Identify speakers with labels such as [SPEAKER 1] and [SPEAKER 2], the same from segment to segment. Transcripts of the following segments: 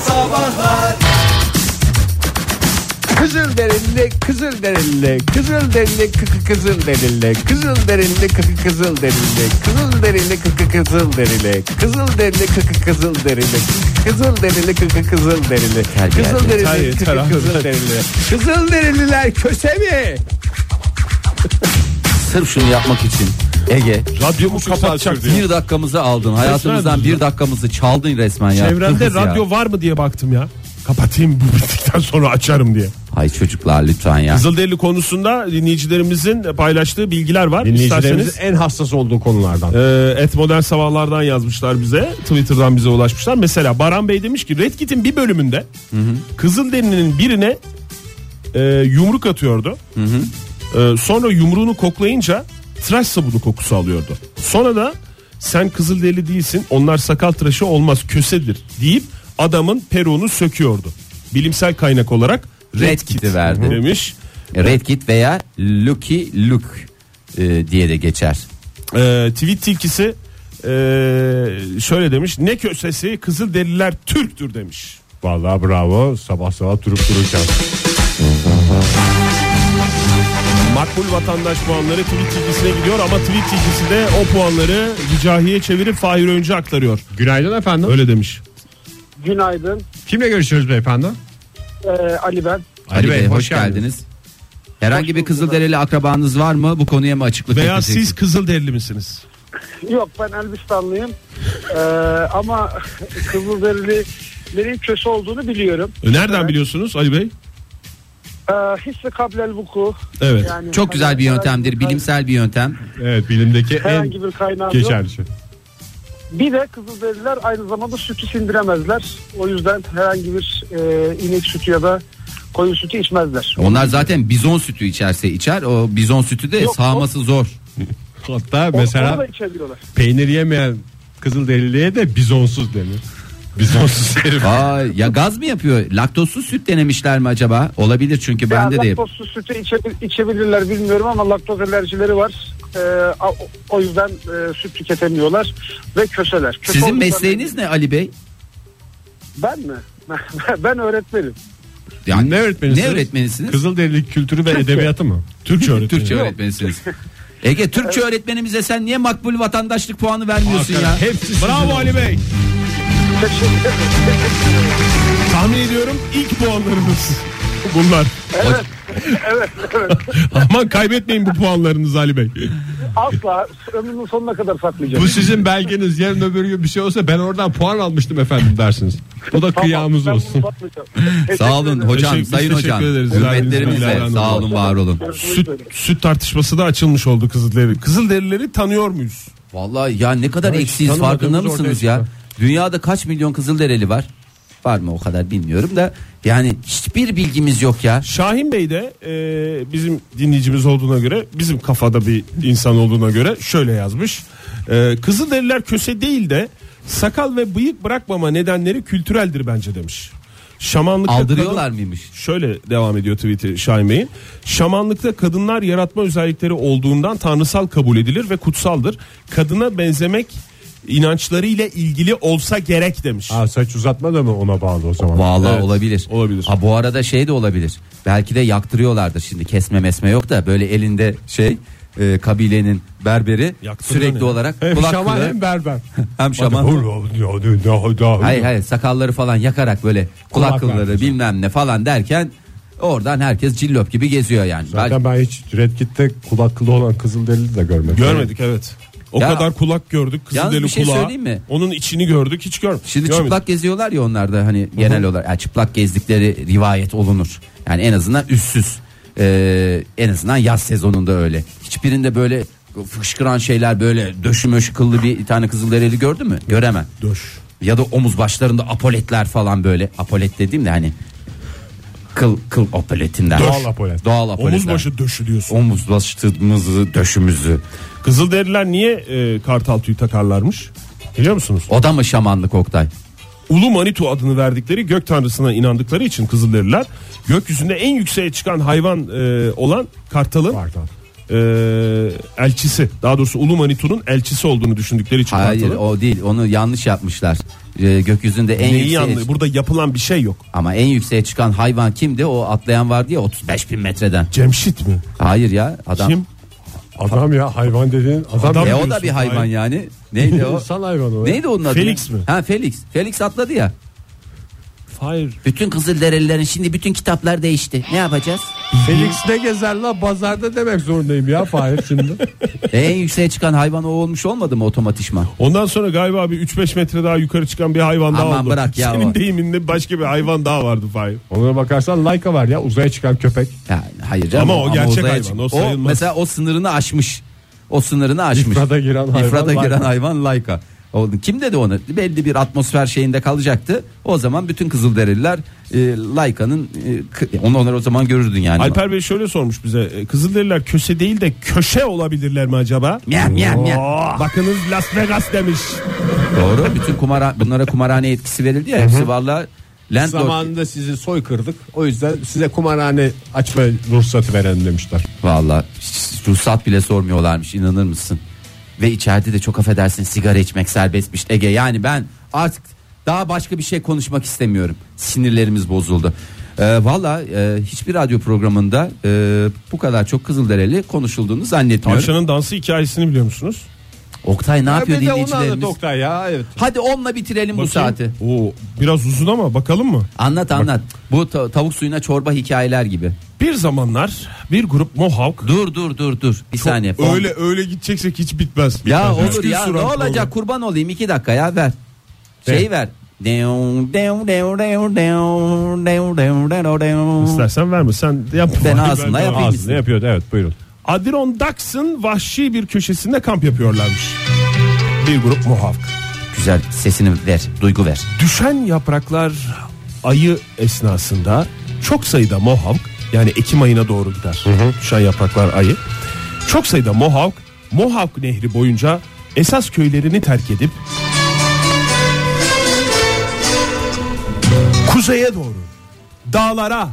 [SPEAKER 1] Sabahlar
[SPEAKER 2] Kızıl derili, kızıl derili, kızıl derili, kıkı kızıl derili, kızıl derili, kıkı kızıl derili, kızıl derili, kıkı kızıl derili, kızıl derili, kıkı kızıl derili, kızıl derili, kıkı kızıl derili, kızıl derili,
[SPEAKER 3] Hayır,
[SPEAKER 2] kıkı
[SPEAKER 3] tamam.
[SPEAKER 2] kızıl derili, kızıl derililer köse mi?
[SPEAKER 4] Sırf şunu yapmak için Ege
[SPEAKER 3] Radyomu kapatacak diye.
[SPEAKER 4] bir dakikamızı aldın. Hayatımızdan bir dakikamızı çaldın resmen ya.
[SPEAKER 3] Çevremde
[SPEAKER 4] Kız ya.
[SPEAKER 3] radyo var mı diye baktım ya. Kapatayım bu bittikten sonra açarım diye.
[SPEAKER 4] Ay çocuklar lütfen ya.
[SPEAKER 3] Kızılderili konusunda dinleyicilerimizin paylaştığı bilgiler var. İsterseniz
[SPEAKER 2] Dinleyicilerimizin en hassas olduğu konulardan.
[SPEAKER 3] Ee, et modern sabahlardan yazmışlar bize. Twitter'dan bize ulaşmışlar. Mesela Baran Bey demiş ki Red Kit'in bir bölümünde Kızılderili'nin birine e, yumruk atıyordu. E, sonra yumruğunu koklayınca tıraş sabunu kokusu alıyordu. Sonra da sen Kızılderili değilsin onlar sakal tıraşı olmaz kösedir deyip adamın peruğunu söküyordu. Bilimsel kaynak olarak Red,
[SPEAKER 4] Red
[SPEAKER 3] Kit
[SPEAKER 4] Kit'i verdi.
[SPEAKER 3] demiş.
[SPEAKER 4] Red Kit veya Lucky Luke e, diye de geçer.
[SPEAKER 3] Ee, tweet tilkisi ee, şöyle demiş. Ne kösesi kızıl deliler Türktür demiş.
[SPEAKER 2] Vallahi bravo sabah sabah durup dururken.
[SPEAKER 3] Makbul vatandaş puanları tweet tilkisine gidiyor ama tweet tilkisi de o puanları Ricahi'ye çevirip Fahir Öncü aktarıyor.
[SPEAKER 2] Günaydın efendim.
[SPEAKER 3] Öyle demiş.
[SPEAKER 5] Günaydın.
[SPEAKER 2] Kimle görüşüyoruz beyefendi?
[SPEAKER 5] Ee, Ali ben.
[SPEAKER 4] Ali Bey, hoş geldiniz. Herhangi bir Kızılderili akrabanız var mı? Bu konuya mı açıklık
[SPEAKER 3] Veya
[SPEAKER 4] getireceksiniz?
[SPEAKER 3] siz kızıl derili misiniz?
[SPEAKER 5] Yok ben Elbistanlıyım. Ee, ama Kızılderililerin köşe olduğunu biliyorum.
[SPEAKER 3] E, Nereden biliyorsunuz Ali Bey?
[SPEAKER 5] Ee, hissi kablel vuku.
[SPEAKER 3] Evet.
[SPEAKER 5] Yani hani
[SPEAKER 4] Çok güzel bir yöntemdir. Bilimsel bir yöntem.
[SPEAKER 3] Evet bilimdeki
[SPEAKER 5] Herhangi bir kaynağı yok.
[SPEAKER 3] şey.
[SPEAKER 5] Bir de Kızılderililer aynı zamanda sütü sindiremezler. O yüzden herhangi bir e, inek sütü ya da koyun sütü içmezler.
[SPEAKER 4] Onlar zaten bizon sütü içerse içer. O bizon sütü de
[SPEAKER 5] Yok,
[SPEAKER 4] sağması zor.
[SPEAKER 2] Hatta
[SPEAKER 5] O-
[SPEAKER 2] mesela
[SPEAKER 5] Onu da içebiliyorlar.
[SPEAKER 2] peynir yemeyen kızıl deriliye de bizonsuz denir. Bizonsuz herif.
[SPEAKER 4] Aa, ya gaz mı yapıyor? Laktozsuz süt denemişler mi acaba? Olabilir çünkü bende
[SPEAKER 5] ya,
[SPEAKER 4] de.
[SPEAKER 5] laktozsuz sütü içe- içebilirler bilmiyorum ama laktoz alerjileri var. Ee, a- o- o yüzden e, süt tüketemiyorlar ve köseler. Köse
[SPEAKER 4] Sizin
[SPEAKER 5] oldukları-
[SPEAKER 4] mesleğiniz ne Ali Bey?
[SPEAKER 5] Ben mi? ben öğretmenim.
[SPEAKER 4] Yani
[SPEAKER 2] Ne öğretmenisiniz?
[SPEAKER 4] Ne öğretmenisiniz?
[SPEAKER 2] Kızıl derili kültürü ve edebiyatı mı?
[SPEAKER 3] Türkçe öğretmeni.
[SPEAKER 4] Türkçe öğretmenisiniz. Ege Türkçe öğretmenimize sen niye makbul vatandaşlık puanı vermiyorsun ya?
[SPEAKER 2] Hepsi
[SPEAKER 3] Bravo Ali Bey.
[SPEAKER 5] Teşekkür ederim.
[SPEAKER 3] Tahmin ediyorum ilk puanlarınız bunlar.
[SPEAKER 5] evet, evet, evet.
[SPEAKER 3] Aman kaybetmeyin bu puanlarınızı Ali Bey.
[SPEAKER 5] Asla ömrümün sonuna kadar saklayacağım.
[SPEAKER 2] Bu sizin belgeniz. Yarın öbür gün bir şey olsa ben oradan puan almıştım efendim dersiniz. Bu da
[SPEAKER 5] Tamam,
[SPEAKER 2] kıyağımız
[SPEAKER 5] ben bunu
[SPEAKER 2] olsun.
[SPEAKER 5] saklayacağım. Teşekkür
[SPEAKER 4] Sağ olun
[SPEAKER 5] ederim.
[SPEAKER 4] hocam,
[SPEAKER 3] Teşekkür-
[SPEAKER 4] sayın
[SPEAKER 3] teşekkür
[SPEAKER 4] hocam.
[SPEAKER 3] ederiz.
[SPEAKER 4] Hürmetlerimize
[SPEAKER 3] Helal olun.
[SPEAKER 4] sağ olun, var olun.
[SPEAKER 3] Süt, süt tartışması da açılmış oldu Kızılderili. Kızılderilileri tanıyor muyuz?
[SPEAKER 4] Vallahi ya ne kadar eksiyiz
[SPEAKER 2] tanımadığımız
[SPEAKER 4] farkında
[SPEAKER 2] ortaya
[SPEAKER 4] mısınız ya? Dünyada kaç milyon Kızılderili var? Var mı o kadar bilmiyorum da yani hiçbir bilgimiz yok ya.
[SPEAKER 3] Şahin Bey de e, bizim dinleyicimiz olduğuna göre bizim kafada bir insan olduğuna göre şöyle yazmış. E, Kızılderililer köse değil de sakal ve bıyık bırakmama nedenleri kültüreldir bence demiş. Şamanlıkta
[SPEAKER 4] Aldırıyorlar
[SPEAKER 3] kadın-
[SPEAKER 4] mıymış?
[SPEAKER 3] Şöyle devam ediyor tweet'i Şahin Bey'in. Şamanlıkta kadınlar yaratma özellikleri olduğundan tanrısal kabul edilir ve kutsaldır. Kadına benzemek inançları ile ilgili olsa gerek demiş.
[SPEAKER 2] Aa, saç uzatma da mı ona bağlı o zaman?
[SPEAKER 4] Vallahi
[SPEAKER 3] Evet,
[SPEAKER 4] olabilir.
[SPEAKER 3] olabilir.
[SPEAKER 4] Ha, bu arada şey de olabilir. Belki de yaktırıyorlardır şimdi kesme mesme yok da böyle elinde şey e, kabilenin berberi
[SPEAKER 3] Yaktırıyor
[SPEAKER 4] sürekli
[SPEAKER 3] ne?
[SPEAKER 4] olarak
[SPEAKER 2] Hem
[SPEAKER 4] kulak
[SPEAKER 2] şaman
[SPEAKER 4] kulağı-
[SPEAKER 2] hem berber.
[SPEAKER 4] hem şaman. Hayır hayır sakalları falan yakarak böyle kulak,
[SPEAKER 2] Kulak
[SPEAKER 4] kılları
[SPEAKER 2] vermiş.
[SPEAKER 4] bilmem ne falan derken oradan herkes cillop gibi geziyor yani.
[SPEAKER 2] Zaten ben hiç Red Kit'te kulaklı olan Kızılderili de görmedim.
[SPEAKER 3] Görmedik evet. O
[SPEAKER 4] Ya-
[SPEAKER 3] kadar kulak gördük.
[SPEAKER 4] Yalnız
[SPEAKER 3] Kızılderili
[SPEAKER 4] bir şey
[SPEAKER 3] kulağı.
[SPEAKER 4] söyleyeyim mi?
[SPEAKER 3] Onun içini gördük. Hiç görmedik.
[SPEAKER 4] Şimdi
[SPEAKER 3] Görmedik.
[SPEAKER 4] çıplak geziyorlar ya onlar da hani genel olarak yani çıplak gezdikleri rivayet olunur. Yani en azından üstsüz. Ee, en azından yaz sezonunda öyle. Hiçbirinde böyle fışkıran şeyler böyle döşümöş kıllı bir tane kızılderili gördün mü? Göremem.
[SPEAKER 3] Döş.
[SPEAKER 4] Ya da omuz başlarında apoletler falan böyle. Apolet dediğim de hani kıl kıl apoletinden.
[SPEAKER 2] Doğal apolet.
[SPEAKER 4] Doğal apoletler.
[SPEAKER 3] Omuz başı döşülüyorsun.
[SPEAKER 4] omuz başımızı döşümüzü.
[SPEAKER 3] Kızılderililer niye e, kartal tüyü takarlarmış? Biliyor musunuz?
[SPEAKER 4] O da mı şamanlık Oktay?
[SPEAKER 3] Ulu Manitu adını verdikleri gök tanrısına inandıkları için Kızılderililer gökyüzünde en yükseğe çıkan hayvan e, olan kartalın
[SPEAKER 2] Kartal.
[SPEAKER 3] e, elçisi daha doğrusu Ulu Manitu'nun elçisi olduğunu düşündükleri için
[SPEAKER 4] Hayır
[SPEAKER 3] tartılı.
[SPEAKER 4] o değil onu yanlış yapmışlar. Ee, gökyüzünde en
[SPEAKER 3] Neyi
[SPEAKER 4] yükseğe
[SPEAKER 3] yanlış? Burada yapılan bir şey yok.
[SPEAKER 4] ama en yükseğe çıkan hayvan kimdi? O atlayan vardı ya 35 bin metreden.
[SPEAKER 3] Cemşit mi?
[SPEAKER 4] Hayır ya adam.
[SPEAKER 3] Kim?
[SPEAKER 1] Adam ya hayvan dediğin adam.
[SPEAKER 3] Adam-
[SPEAKER 4] E
[SPEAKER 1] ya.
[SPEAKER 4] o da bir hayvan
[SPEAKER 3] Hayır.
[SPEAKER 4] yani. Neydi o?
[SPEAKER 1] İnsan hayvanı o. ya.
[SPEAKER 4] Neydi onun adı?
[SPEAKER 3] Felix mi?
[SPEAKER 4] Ha Felix. Felix atladı ya.
[SPEAKER 3] Hayır.
[SPEAKER 4] Bütün Kızılderililerin şimdi bütün kitaplar değişti. Ne yapacağız?
[SPEAKER 1] Felix ne gezer la pazarda demek zorundayım ya Fahir şimdi.
[SPEAKER 4] E, en yükseğe çıkan hayvan o olmuş olmadı mı otomatikman?
[SPEAKER 3] Ondan sonra galiba bir 3-5 metre daha yukarı çıkan bir hayvan daha
[SPEAKER 4] Aman
[SPEAKER 3] oldu.
[SPEAKER 4] bırak ya
[SPEAKER 3] Senin
[SPEAKER 4] o.
[SPEAKER 3] deyiminde başka bir hayvan daha vardı Fahir.
[SPEAKER 1] Ona bakarsan Laika var ya uzaya çıkan köpek.
[SPEAKER 4] Ya, hayır canım.
[SPEAKER 3] Ama o gerçek
[SPEAKER 4] uzaya
[SPEAKER 3] hayvan,
[SPEAKER 4] çık-
[SPEAKER 3] o sayılmaz.
[SPEAKER 4] mesela o sınırını aşmış. O sınırını aşmış.
[SPEAKER 1] İfrada giren hayvan
[SPEAKER 4] İfrada
[SPEAKER 1] Laika.
[SPEAKER 4] giren hayvan Laika. Oldu. Kim dedi onu? Belli bir atmosfer şeyinde kalacaktı. O zaman bütün Kızılderililer e, Laika'nın e, kı- onu onlar o zaman görürdün yani.
[SPEAKER 3] Alper Bey şöyle sormuş bize. e, Kızılderililer köşe değil de köşe olabilirler mi acaba?
[SPEAKER 4] Miyav, miyav, miyav.
[SPEAKER 3] Oo, Bakınız Las Vegas demiş.
[SPEAKER 4] Doğru. Bütün kumara bunlara kumarhane etkisi verildi ya. Hepsi valla landlord.
[SPEAKER 1] Zamanında sizi soykırdık. O yüzden size kumarhane açma ruhsatı veren demişler.
[SPEAKER 4] Valla hiç ruhsat bile sormuyorlarmış inanır mısın? Ve içeride de çok affedersin sigara içmek serbestmiş Ege. Yani ben artık daha başka bir şey konuşmak istemiyorum. Sinirlerimiz bozuldu. Ee, Valla e, hiçbir radyo programında e, bu kadar çok Kızılderili konuşulduğunu zannetmiyorum.
[SPEAKER 3] Tavşanın dansı hikayesini biliyor musunuz?
[SPEAKER 4] Oktay ne yapıyor
[SPEAKER 1] bir de onu anlat
[SPEAKER 4] dinleyicilerimiz?
[SPEAKER 1] Oktay ya. Evet.
[SPEAKER 4] Hadi onunla bitirelim bu
[SPEAKER 3] Bakayım.
[SPEAKER 4] saati.
[SPEAKER 3] Oo, biraz uzun ama bakalım mı?
[SPEAKER 4] Anlat anlat. Bu ta- tavuk suyuna çorba hikayeler gibi.
[SPEAKER 3] Bir zamanlar bir grup Mohawk
[SPEAKER 4] Dur dur dur dur. Bir saniye. On-
[SPEAKER 3] öyle öyle gideceksek hiç bitmez.
[SPEAKER 4] Ya
[SPEAKER 3] Bitmez.
[SPEAKER 4] olur
[SPEAKER 3] Üç gün
[SPEAKER 4] ya ne
[SPEAKER 3] süren
[SPEAKER 4] olacak kurban olayım iki dakika ya ver. Şey ver. Deum, deum, deum, deum, deum, deum, deum, deum, deum.
[SPEAKER 3] program. İstersen verme sen yap.
[SPEAKER 4] Ben
[SPEAKER 3] Hadi
[SPEAKER 4] ağzımla
[SPEAKER 3] de-
[SPEAKER 4] yapayım.
[SPEAKER 1] Ağzını yapıyordu evet buyurun.
[SPEAKER 3] Adirondadks'ın vahşi bir köşesinde kamp yapıyorlarmış. Bir grup Mohawk.
[SPEAKER 4] Güzel sesini ver duygu ver.
[SPEAKER 3] Düşen yapraklar ayı esnasında çok sayıda Mohawk yani Ekim ayına doğru gider. Düşen yapraklar ayı. Çok sayıda Mohawk Mohawk Nehri boyunca esas köylerini terk edip kuzeye doğru dağlara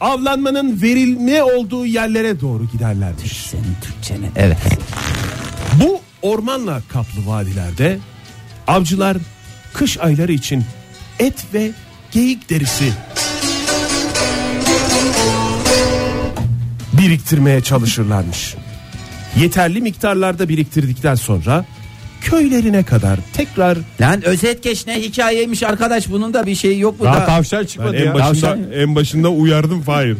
[SPEAKER 3] avlanmanın verilme olduğu yerlere doğru giderlermiş.
[SPEAKER 4] Senin Türkçeni evet.
[SPEAKER 3] Bu ormanla kaplı vadilerde avcılar kış ayları için et ve geyik derisi biriktirmeye çalışırlarmış. Yeterli miktarlarda biriktirdikten sonra köylerine kadar tekrar
[SPEAKER 4] Lan özet geç ne hikayeymiş arkadaş bunun da bir şeyi yok mu?
[SPEAKER 1] Daha
[SPEAKER 4] da?
[SPEAKER 1] tavşan çıkmadı ya. Tavşan-
[SPEAKER 3] en başında uyardım Fahir.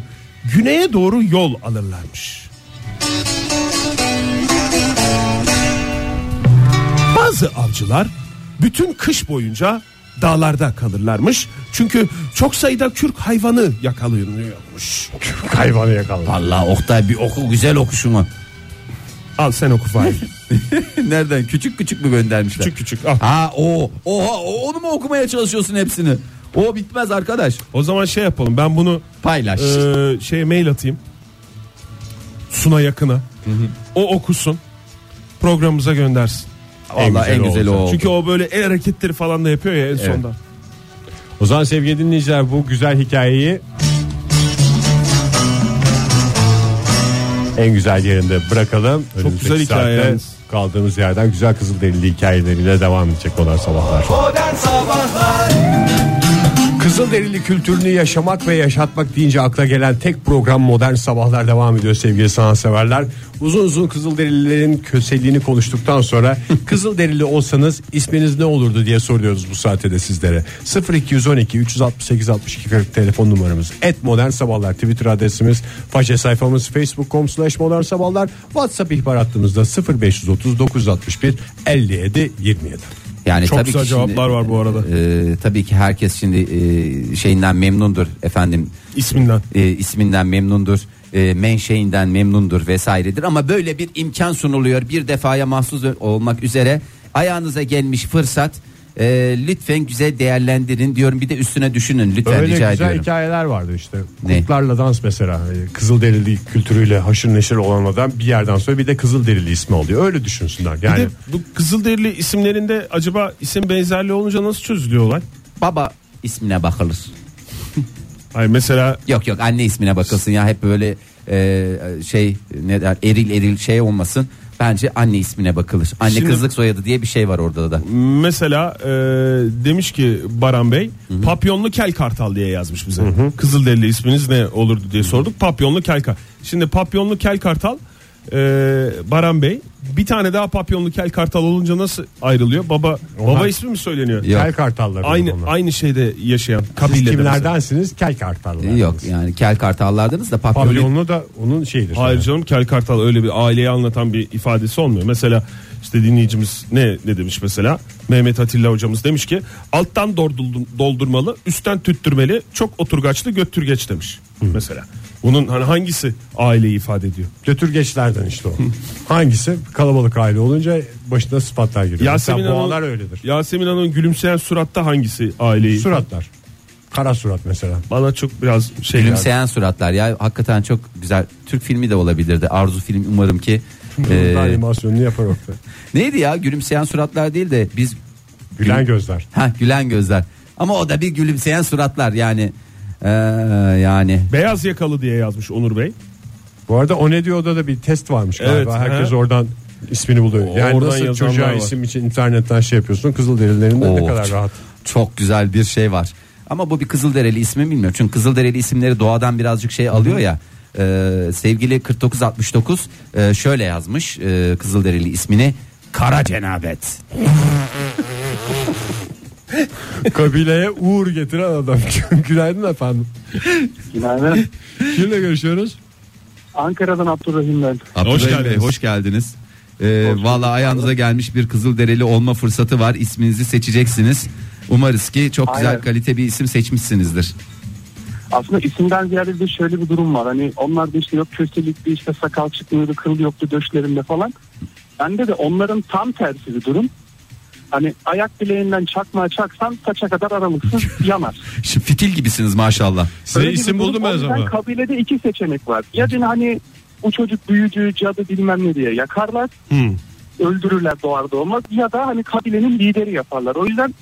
[SPEAKER 3] Güneye doğru yol alırlarmış. Bazı avcılar bütün kış boyunca dağlarda kalırlarmış. Çünkü çok sayıda kürk hayvanı yakalanıyormuş.
[SPEAKER 1] Hayvanı yakaladı.
[SPEAKER 4] Vallahi Oktay bir oku güzel okuşumu.
[SPEAKER 3] Al sen oku Fahir.
[SPEAKER 4] Nereden küçük küçük mü göndermişler?
[SPEAKER 3] küçük küçük al.
[SPEAKER 4] Ha o oha o- onu mu okumaya çalışıyorsun hepsini? O bitmez arkadaş.
[SPEAKER 3] O zaman şey yapalım ben bunu
[SPEAKER 4] Paylaş.
[SPEAKER 3] Ee, şey mail atayım. Suna yakına. O okusun. Programımıza göndersin.
[SPEAKER 4] Vallahi en güzeli o oldu.
[SPEAKER 3] Çünkü o böyle el hareketleri falan da yapıyor ya en sonda.
[SPEAKER 1] O zaman sevgili dinleyiciler bu güzel hikayeyi en güzel yerinde bırakalım. Önümüzdeki
[SPEAKER 3] güzel hikaye
[SPEAKER 1] saatte
[SPEAKER 3] yalnız.
[SPEAKER 1] Kaldığımız yerden güzel Kızılderili hikayeleriyle devam edecek olan sabahlar. Kızılderili kültürünü yaşamak ve yaşatmak deyince akla gelen tek program Modern Sabahlar devam ediyor sevgili sanatseverler. Uzun uzun Kızılderililerin köseliğini konuştuktan sonra Kızılderili olsanız isminiz ne olurdu diye soruyoruz bu saatte de sizlere. 0212 368 62 40 telefon numaramız. Et Modern Sabahlar Twitter adresimiz, faça sayfamız facebook.com slash modern sabahlar. WhatsApp ihbar hattımızda 0530 961 57 27.
[SPEAKER 4] Yani
[SPEAKER 3] Çok
[SPEAKER 4] tabii
[SPEAKER 3] güzel
[SPEAKER 4] ki
[SPEAKER 3] cevaplar var bu arada.
[SPEAKER 4] e, tabii ki herkes şimdi e, şeyinden memnundur efendim.
[SPEAKER 3] İsminden.
[SPEAKER 4] E, isminden memnundur. E, menşeinden memnundur vesairedir ama böyle bir imkan sunuluyor bir defaya mahsus ö- olmak üzere ayağınıza gelmiş fırsat e, lütfen güzel değerlendirin diyorum bir de üstüne düşünün lütfen
[SPEAKER 1] Öyle
[SPEAKER 4] rica
[SPEAKER 1] güzel
[SPEAKER 4] ediyorum.
[SPEAKER 1] hikayeler vardı işte.
[SPEAKER 4] Ne?
[SPEAKER 1] Kurtlarla dans mesela. Ee, Kızılderili kültürüyle haşır neşir olan adam bir yerden sonra bir de Kızılderili ismi oluyor. Öyle düşünsünler.
[SPEAKER 3] Bir
[SPEAKER 1] Yani
[SPEAKER 3] de bu Kızılderili isimlerinde acaba isim benzerliği olunca nasıl çözülüyor olay?
[SPEAKER 4] Baba ismine bakılır.
[SPEAKER 3] Hayır mesela
[SPEAKER 4] Yok yok anne ismine bakılsın ya hep böyle e, şey ne der eril eril şey olmasın. Bence anne ismine bakılır. Anne
[SPEAKER 3] Şimdi-
[SPEAKER 4] kızlık soyadı diye bir şey var orada da.
[SPEAKER 3] Mesela e, demiş ki Baran Bey papyonlu kel kartal diye yazmış bize. Kızılderili isminiz ne olurdu diye sorduk. Papyonlu kel kartal. Şimdi papyonlu kel kartal e, Baran Bey bir tane daha papyonlu kel kartal olunca nasıl ayrılıyor? Baba baba ismi mi söyleniyor?
[SPEAKER 4] Yok.
[SPEAKER 1] Kel kartalları.
[SPEAKER 3] Aynı
[SPEAKER 1] bunlar.
[SPEAKER 3] aynı şeyde yaşayan
[SPEAKER 1] Siz
[SPEAKER 3] kabile.
[SPEAKER 1] kimlerdensiniz? Kel kartallar.
[SPEAKER 4] Yok yani kel kartallardınız da papyonlu
[SPEAKER 1] Pavyonlu da onun şeyidir.
[SPEAKER 3] Hayır canım kel kartal öyle bir aileyi anlatan bir ifadesi olmuyor. Mesela işte dinleyicimiz ne ne demiş mesela? Mehmet Atilla hocamız demiş ki alttan doldurdum- doldurmalı, üstten tüttürmeli, çok oturgaçlı götürgeç demiş mesela. Bunun hani hangisi aileyi ifade ediyor?
[SPEAKER 1] Götürgeçlerden işte o. Hangisi? Kalabalık aile olunca başına sıfatlar giriyor. Mesela boğalar öyledir.
[SPEAKER 3] Yasemin Hanım'ın gülümseyen suratta hangisi aileyi?
[SPEAKER 1] Suratlar. Kara surat mesela.
[SPEAKER 3] Bana çok biraz şey geldi.
[SPEAKER 4] gülümseyen suratlar ya hakikaten çok güzel Türk filmi de olabilirdi. Arzu film umarım ki
[SPEAKER 1] Ee,
[SPEAKER 4] e,
[SPEAKER 1] animasyonunu yapar orada.
[SPEAKER 4] neydi ya gülümseyen suratlar değil de biz
[SPEAKER 1] Gülen gözler.
[SPEAKER 4] ha gülen gözler. Ama o da bir gülümseyen suratlar yani Ee, yani
[SPEAKER 3] Beyaz yakalı diye yazmış Onur Bey.
[SPEAKER 1] Bu arada O Ne Diyor'da da bir test varmış galiba.
[SPEAKER 3] Evet,
[SPEAKER 1] Herkes
[SPEAKER 3] he.
[SPEAKER 1] oradan ismini buluyor.
[SPEAKER 3] O-
[SPEAKER 1] Yani
[SPEAKER 3] oradan
[SPEAKER 1] nasıl
[SPEAKER 3] yazanlar
[SPEAKER 1] çocuğa
[SPEAKER 3] var.
[SPEAKER 1] isim için internetten şey yapıyorsun. Kızılderililerinde ne
[SPEAKER 4] Oo,
[SPEAKER 1] kadar
[SPEAKER 4] çok-
[SPEAKER 1] rahat.
[SPEAKER 4] Çok güzel bir şey var. Ama bu bir Kızılderili ismi bilmiyorum. Çünkü Kızılderili isimleri doğadan birazcık şey alıyor ya. Ee, sevgili 4969 e, şöyle yazmış e, Kızılderili ismini. Kara cenabet.
[SPEAKER 1] Kabileye uğur getiren adam. Günaydın efendim.
[SPEAKER 5] Günaydın.
[SPEAKER 1] Kimle görüşüyoruz?
[SPEAKER 5] Ankara'dan Abdurrahim ben.
[SPEAKER 4] Abdullah
[SPEAKER 3] Hoş
[SPEAKER 4] Bey,
[SPEAKER 3] geldiniz.
[SPEAKER 4] hoş geldiniz. Ee, Valla ayağınıza gelmiş bir Kızılderili olma fırsatı var. İsminizi seçeceksiniz. Umarız ki çok güzel
[SPEAKER 5] Aynen.
[SPEAKER 4] kalite bir isim seçmişsinizdir.
[SPEAKER 5] Aslında isimden ziyade bir şöyle bir durum var. Hani onlar da işte yok köstelikti işte sakal çıkmıyordu kıl yoktu döşlerinde falan. Bende de onların tam tersi bir durum. Hani ayak bileğinden çakmağa çaksan saça kadar aralıksız yanar.
[SPEAKER 4] Şimdi fitil gibisiniz maşallah.
[SPEAKER 1] Size
[SPEAKER 5] Öyle bir
[SPEAKER 1] isim
[SPEAKER 5] durum.
[SPEAKER 1] buldum ben
[SPEAKER 5] O
[SPEAKER 1] o
[SPEAKER 5] yüzden
[SPEAKER 1] zaman.
[SPEAKER 5] kabilede iki seçenek var. Ya din hani bu çocuk büyücü, cadı bilmem ne diye yakarlar. Öldürürler doğar doğmaz. Ya da hani kabilenin lideri yaparlar. O yüzden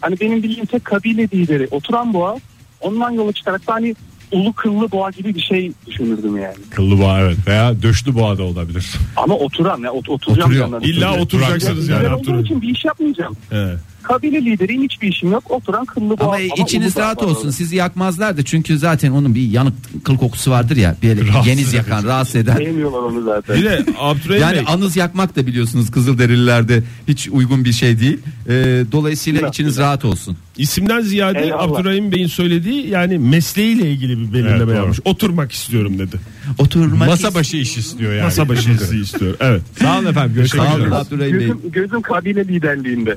[SPEAKER 5] hani benim bildiğim tek kabile lideri oturan boğa. Ondan yola çıkarak da hani ulu kıllı boğa gibi bir şey düşünürdüm yani.
[SPEAKER 1] Kıllı boğa evet veya döşlü boğa da olabilir.
[SPEAKER 5] Ama oturan ya ot- oturacağım.
[SPEAKER 4] Oturuyor.
[SPEAKER 5] yanlarına.
[SPEAKER 3] İlla oturacaksınız
[SPEAKER 5] Ben
[SPEAKER 3] yani
[SPEAKER 5] olduğum
[SPEAKER 3] Abdurrahim.
[SPEAKER 5] için bir iş yapmayacağım.
[SPEAKER 3] Evet.
[SPEAKER 5] Kabile lideriyim hiçbir işim yok. Oturan kıllı boğa.
[SPEAKER 4] Ama içiniz
[SPEAKER 5] ulu boğa
[SPEAKER 4] rahat
[SPEAKER 5] var
[SPEAKER 4] olsun.
[SPEAKER 5] orada.
[SPEAKER 4] Sizi yakmazlardı. Çünkü zaten onun bir yanık kıl kokusu vardır ya. Bir
[SPEAKER 1] Rahatsız
[SPEAKER 4] yeniz
[SPEAKER 1] edici.
[SPEAKER 4] yakan, rahatsız eden.
[SPEAKER 5] Sevmiyorlar onu zaten.
[SPEAKER 3] Bir de Abdurrahim
[SPEAKER 4] Yani
[SPEAKER 3] Bey.
[SPEAKER 4] anız yakmak da biliyorsunuz Kızılderililerde hiç uygun bir şey değil. Ee, dolayısıyla
[SPEAKER 5] Biraz,
[SPEAKER 4] içiniz rahat olsun.
[SPEAKER 3] İsimden ziyade
[SPEAKER 5] Eyvallah.
[SPEAKER 3] Abdurrahim Bey'in söylediği yani mesleğiyle ilgili bir belirleme
[SPEAKER 1] Evet, doğru.
[SPEAKER 3] yapmış. Oturmak istiyorum dedi.
[SPEAKER 4] Oturmak
[SPEAKER 1] Masa başı iş istiyor yani.
[SPEAKER 3] Masa başınızı istiyor. Evet.
[SPEAKER 1] Sağ olun efendim. Görüşmek
[SPEAKER 4] Sağ olun
[SPEAKER 1] üzere.
[SPEAKER 4] Abdurrahim Bey.
[SPEAKER 5] Gözüm, gözüm kabile liderliğinde.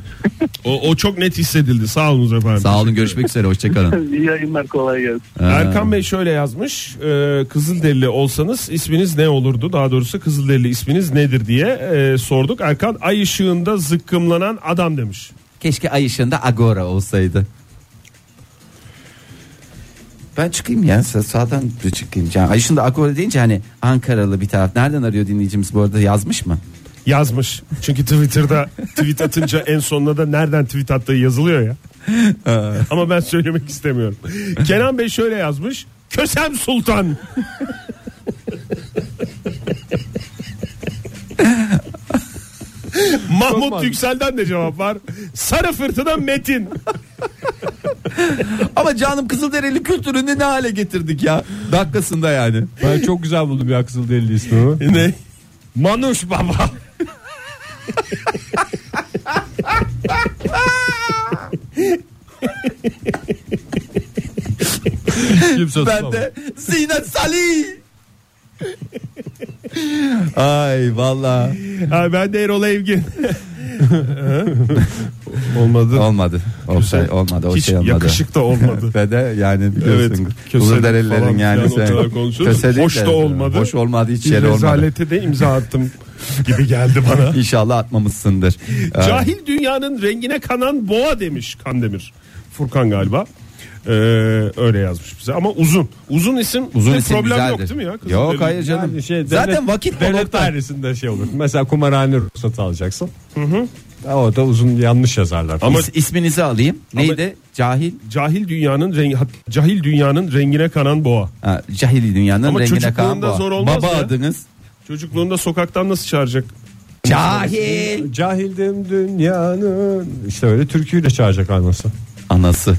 [SPEAKER 3] O, o çok net hissedildi. Sağ olunuz efendim. Ee,
[SPEAKER 4] Sağ olun görüşmek üzere hoşçakalın.
[SPEAKER 5] İyi yayınlar kolay gelsin.
[SPEAKER 3] Erkan Bey şöyle yazmış. E, Kızılderili olsanız isminiz ne olurdu? Daha doğrusu Kızılderili isminiz nedir diye e, sorduk. Erkan ay ışığında zıkkımlanan adam demiş.
[SPEAKER 4] Keşke ay ışığında Agora olsaydı. Ben çıkayım ya sa- sağdan bir çıkayım. Yani ay ışığında Agora deyince hani Ankaralı bir taraf. Nereden arıyor dinleyicimiz bu arada yazmış mı?
[SPEAKER 3] Yazmış. Çünkü Twitter'da tweet atınca en sonuna da nereden tweet attığı yazılıyor ya. Ama ben söylemek istemiyorum. Kenan Bey şöyle yazmış. Kösem Sultan. Mahmut Yüksel'den de cevap var. Sarı fırtına Metin.
[SPEAKER 4] Ama canım Kızılderili kültürünü ne hale getirdik ya. Dakikasında yani.
[SPEAKER 1] Ben çok güzel buldum ya Kızılderili ismini.
[SPEAKER 3] ne? Manuş Baba.
[SPEAKER 1] Kimse
[SPEAKER 4] Ben de Zinet Salih. Ay valla
[SPEAKER 3] Ha, ben de Erol Evgin. Olmadı.
[SPEAKER 4] olmadı. Olsay, olmadı o
[SPEAKER 3] Hiç
[SPEAKER 4] şey olmadı.
[SPEAKER 3] yakışık da olmadı.
[SPEAKER 4] Ve de yani
[SPEAKER 3] Evet,
[SPEAKER 4] biliyorsun
[SPEAKER 3] köselik falan
[SPEAKER 4] Kızılderililerin yani
[SPEAKER 3] filan o kadar konuşuyoruz.
[SPEAKER 4] köselik
[SPEAKER 3] Hoş da olmadı.
[SPEAKER 4] Hoş olmadı hiç
[SPEAKER 3] Bir
[SPEAKER 4] yer olmadı.
[SPEAKER 3] rezalete de imza attım gibi geldi bana.
[SPEAKER 4] İnşallah atmamışsındır. Ee,
[SPEAKER 3] Cahil dünyanın rengine kanan boğa demiş Kandemir. Furkan galiba. Ee, öyle yazmış bize ama uzun. Uzun isim
[SPEAKER 4] Uzun
[SPEAKER 3] bir
[SPEAKER 4] isim
[SPEAKER 3] problem yok
[SPEAKER 4] güzeldir.
[SPEAKER 3] değil mi ya? Kızım
[SPEAKER 4] Yok
[SPEAKER 3] dedim.
[SPEAKER 4] hayır canım.
[SPEAKER 1] Yani şey,
[SPEAKER 4] Zaten
[SPEAKER 1] devlet-
[SPEAKER 4] vakit
[SPEAKER 1] devlet
[SPEAKER 4] Polok'ta.
[SPEAKER 1] dairesinde şey olur. Mesela kumarhane ruhsatı alacaksın. O da uzun yanlış yazarlar.
[SPEAKER 3] Ama-
[SPEAKER 4] İs- isminizi alayım. Neydi? Cahil.
[SPEAKER 3] Cahil dünyanın rengi, hat- cahil dünyanın rengine kanan boğa.
[SPEAKER 4] Ha, cahili dünyanın
[SPEAKER 3] Ama
[SPEAKER 4] rengine
[SPEAKER 3] çocukluğunda
[SPEAKER 4] kalan bu.
[SPEAKER 3] zor olmaz
[SPEAKER 4] Baba
[SPEAKER 3] ya.
[SPEAKER 4] adınız.
[SPEAKER 3] Çocukluğunda sokaktan nasıl çağıracak?
[SPEAKER 4] Cahil.
[SPEAKER 1] Cahildim dünyanın işte öyle türküyle çağıracak anası.
[SPEAKER 4] Anası.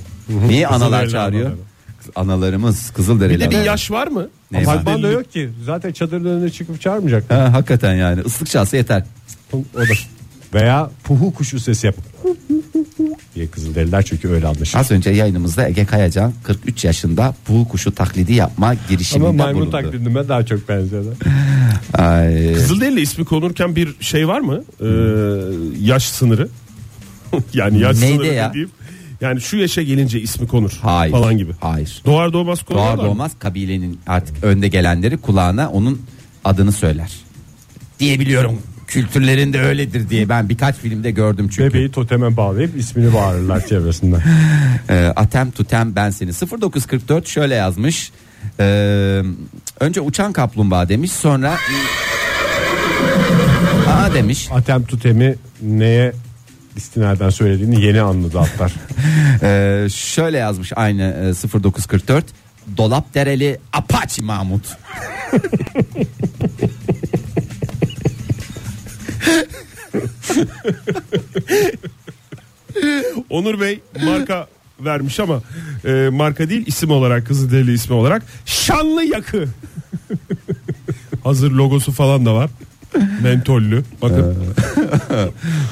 [SPEAKER 4] Niye analar
[SPEAKER 3] Kızılderili
[SPEAKER 4] çağırıyor?
[SPEAKER 3] anaları.
[SPEAKER 4] Kız- Analarımız Kızılderili.
[SPEAKER 3] Bir de bir
[SPEAKER 4] anaları.
[SPEAKER 3] yaş var mı?
[SPEAKER 4] Ne var?
[SPEAKER 1] Apartmanda yok ki. Zaten çadırın önüne çıkıp çağırmayacak.
[SPEAKER 4] Ha, hakikaten yani ıslık çalsa yeter.
[SPEAKER 1] O da. Veya puhu kuşu sesi yap. diye kızılderililer çünkü öyle anlaşılır.
[SPEAKER 4] Az önce yayınımızda Ege Kayacan 43 yaşında bu kuşu taklidi yapma girişiminde
[SPEAKER 1] Ama maymun
[SPEAKER 4] bulundu.
[SPEAKER 1] taklidime daha çok benziyorlar.
[SPEAKER 4] Ay,
[SPEAKER 3] Kızılderili ismi konurken bir şey var mı? Ee, yaş sınırı. yani yaş
[SPEAKER 4] Neydi
[SPEAKER 3] sınırı
[SPEAKER 4] ya?
[SPEAKER 3] dediğim. Yani şu yaşa gelince ismi konur
[SPEAKER 4] hayır.
[SPEAKER 3] falan gibi.
[SPEAKER 4] Hayır.
[SPEAKER 3] Doğar doğmaz konurlar
[SPEAKER 4] Doğar
[SPEAKER 3] mı?
[SPEAKER 4] doğmaz kabilenin artık önde gelenleri kulağına onun adını söyler. Diyebiliyorum. Kültürlerinde öyledir diye ben birkaç filmde gördüm çünkü.
[SPEAKER 1] Bebeği toteme bağlayıp ismini bağırırlar çevresinden.
[SPEAKER 4] Ee, Atem tutem ben seni 0944 şöyle yazmış Ee, önce uçan kaplumbağa demiş sonra aa demiş
[SPEAKER 1] Atem tutemi neye istinaden söylediğini yeni anladı atlar.
[SPEAKER 4] Ee, şöyle yazmış aynı e, 0944 dolap dereli apaç Mahmut
[SPEAKER 3] Onur Bey marka vermiş ama e, marka değil isim olarak Kızılderili ismi olarak Şanlı Yakı. Hazır logosu falan da var. Mentollü. Bakın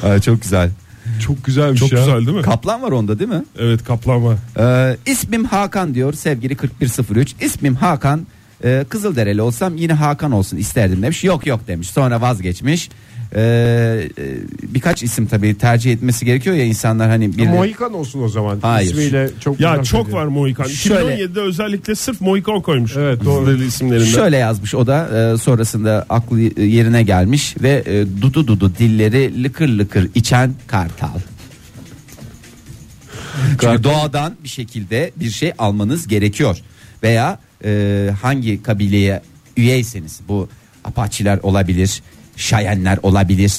[SPEAKER 4] Aa, çok güzel
[SPEAKER 1] Ee, Çok güzelmiş
[SPEAKER 3] çok güzel değil mi?
[SPEAKER 4] kaplan var onda değil mi
[SPEAKER 3] Evet kaplan var.
[SPEAKER 4] Ee, ismim Hakan diyor sevgili 4103 ismim Hakan Ee, Kızıldereli olsam yine Hakan olsun isterdim demiş yok yok demiş sonra vazgeçmiş Ee, e, birkaç isim tabii tercih etmesi gerekiyor ya insanlar hani bir
[SPEAKER 1] Mohikan olsun o zaman.
[SPEAKER 4] Hayır.
[SPEAKER 1] İsmiyle çok
[SPEAKER 3] Ya
[SPEAKER 1] güzel
[SPEAKER 3] çok
[SPEAKER 1] söylüyor.
[SPEAKER 3] var Mohikan.
[SPEAKER 4] Şöyle-
[SPEAKER 3] 2017'de özellikle sırf Mohikan koymuş.
[SPEAKER 1] Evet, doğru.
[SPEAKER 3] Kızılderili isimlerinden.
[SPEAKER 4] Şöyle yazmış o da e, sonrasında aklı yerine gelmiş ve e, dudu dudu dilleri lıkır lıkır içen kartal. Çünkü doğadan bir şekilde bir şey almanız gerekiyor. Veya e, hangi kabileye üyeyseniz bu apaçiler olabilir, şayenler olabilir,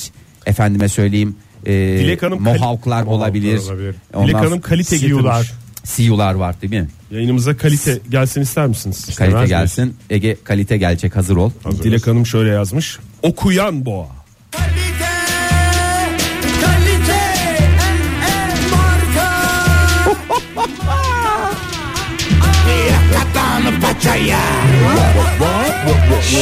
[SPEAKER 4] efendime söyleyeyim e,
[SPEAKER 3] Dilek Hanım kal-
[SPEAKER 4] Mohawklar olabilir.
[SPEAKER 1] olabilir.
[SPEAKER 4] Ondan
[SPEAKER 3] Dilek Hanım kalite
[SPEAKER 1] Siyular.
[SPEAKER 3] getirmiş.
[SPEAKER 4] Siyular var değil mi?
[SPEAKER 3] Yayınımıza kalite gelsin ister misiniz?
[SPEAKER 4] Kalite
[SPEAKER 1] miyiz?
[SPEAKER 4] gelsin. Ege kalite gelecek hazır ol.
[SPEAKER 3] Dilek Hanım şöyle yazmış. Okuyan boğa.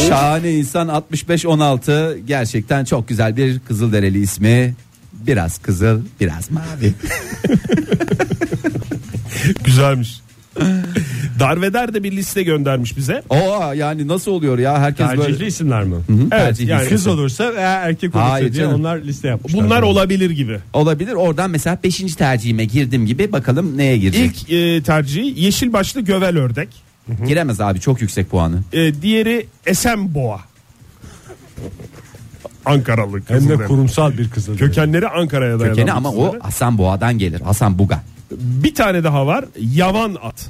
[SPEAKER 4] Şahane insan 65-16 gerçekten çok güzel bir Kızıldereli ismi. Biraz kızıl, biraz mavi.
[SPEAKER 3] Güzelmiş. Darveder de bir liste göndermiş bize.
[SPEAKER 4] Oo yani nasıl oluyor ya herkes
[SPEAKER 1] Tercihli
[SPEAKER 4] böyle.
[SPEAKER 1] isimler mi?
[SPEAKER 3] Evet,
[SPEAKER 4] Tercihli
[SPEAKER 3] yani
[SPEAKER 1] Kız
[SPEAKER 4] isim.
[SPEAKER 1] olursa veya erkek olursa
[SPEAKER 4] Hayır
[SPEAKER 1] diye
[SPEAKER 4] canım.
[SPEAKER 1] onlar liste yapmışlar.
[SPEAKER 3] Bunlar olabilir gibi.
[SPEAKER 4] olabilir. Oradan mesela 5. tercihime girdim gibi bakalım neye girecek.
[SPEAKER 3] İlk e, tercihi yeşil başlı gövel ördek.
[SPEAKER 4] Giremez abi çok yüksek puanı.
[SPEAKER 3] E, diğeri esen boğa. Ankaralı
[SPEAKER 1] hem de
[SPEAKER 3] Kızılderili.
[SPEAKER 1] kurumsal bir kızıl.
[SPEAKER 3] Kökenleri Ankara'ya dayanan.
[SPEAKER 4] Kökeni ama o
[SPEAKER 3] kızılderili.
[SPEAKER 4] Hasan Boğa'dan gelir. Hasan Buga.
[SPEAKER 3] Bir tane daha var. Yavan at.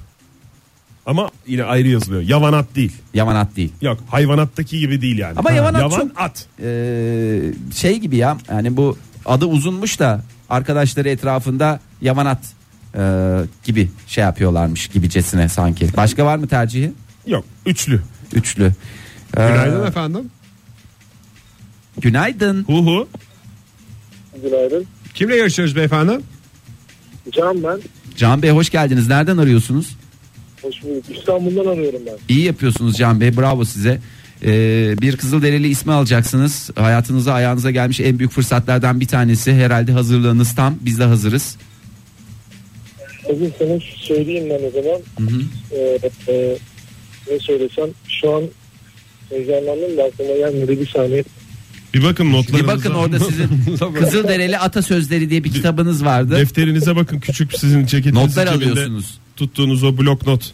[SPEAKER 3] Ama yine ayrı yazılıyor. Yavan at değil.
[SPEAKER 4] Yamanat değil.
[SPEAKER 3] Yok hayvanattaki gibi değil yani.
[SPEAKER 4] Ama yavan at çok-
[SPEAKER 3] at.
[SPEAKER 4] Ee, şey gibi ya yani bu adı uzunmuş da arkadaşları etrafında Yamanat e, gibi şey yapıyorlarmış gibicesine sanki. Başka var mı tercihi?
[SPEAKER 3] Yok üçlü.
[SPEAKER 4] Üçlü. Ee,
[SPEAKER 1] Günaydın efendim.
[SPEAKER 4] Günaydın.
[SPEAKER 3] Hu hu.
[SPEAKER 5] Günaydın.
[SPEAKER 1] Kimle görüşüyoruz beyefendi?
[SPEAKER 5] Can ben.
[SPEAKER 4] Can Bey hoş geldiniz. Nereden arıyorsunuz?
[SPEAKER 5] Hoş bulduk. İstanbul'dan arıyorum ben.
[SPEAKER 4] İyi yapıyorsunuz Can Bey. Bravo size. Ee, bir Kızılderili ismi alacaksınız. Hayatınıza ayağınıza gelmiş en büyük fırsatlardan bir tanesi. Herhalde hazırlığınız tam. Biz de hazırız.
[SPEAKER 5] Bugün sana söyleyeyim ben o zaman. Ee, e, ne söylesem şu an heyecanlandım da aklıma gelmedi bir saniye.
[SPEAKER 3] Bir bakın notlarınıza.
[SPEAKER 4] Bir bakın orada sizin Kızılderili Atasözleri diye bir kitabınız vardı.
[SPEAKER 3] Defterinize bakın küçük sizin ceketinizin
[SPEAKER 4] Notlar
[SPEAKER 3] cebinde
[SPEAKER 4] alıyorsunuz.
[SPEAKER 3] Tuttuğunuz o blok not.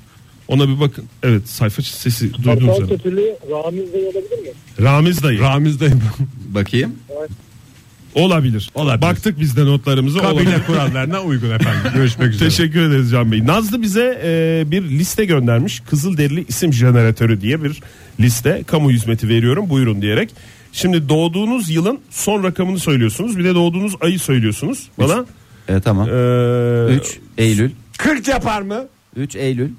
[SPEAKER 3] Ona bir bakın. Evet sayfa sesi duydunuz.
[SPEAKER 5] Kartal
[SPEAKER 3] herhalde.
[SPEAKER 5] Kötülü Ramiz Bey olabilir mi?
[SPEAKER 3] Ramiz dayı.
[SPEAKER 1] Ramizdeyim.
[SPEAKER 4] Bakayım.
[SPEAKER 3] Olabilir. Baktık biz de notlarımıza.
[SPEAKER 1] Kabile
[SPEAKER 3] Olabilir.
[SPEAKER 1] kurallarına uygun efendim. Görüşmek üzere.
[SPEAKER 3] Teşekkür ederiz Can Bey. Nazlı bize e, bir liste göndermiş. Kızılderili isim jeneratörü diye bir liste. Kamu hizmeti veriyorum buyurun diyerek. Şimdi doğduğunuz yılın son rakamını söylüyorsunuz. Bir de doğduğunuz ayı söylüyorsunuz bana.
[SPEAKER 4] Evet tamam.
[SPEAKER 3] Ee,
[SPEAKER 4] 3 Eylül.
[SPEAKER 1] 40 yapar mı?
[SPEAKER 4] 3 Eylül.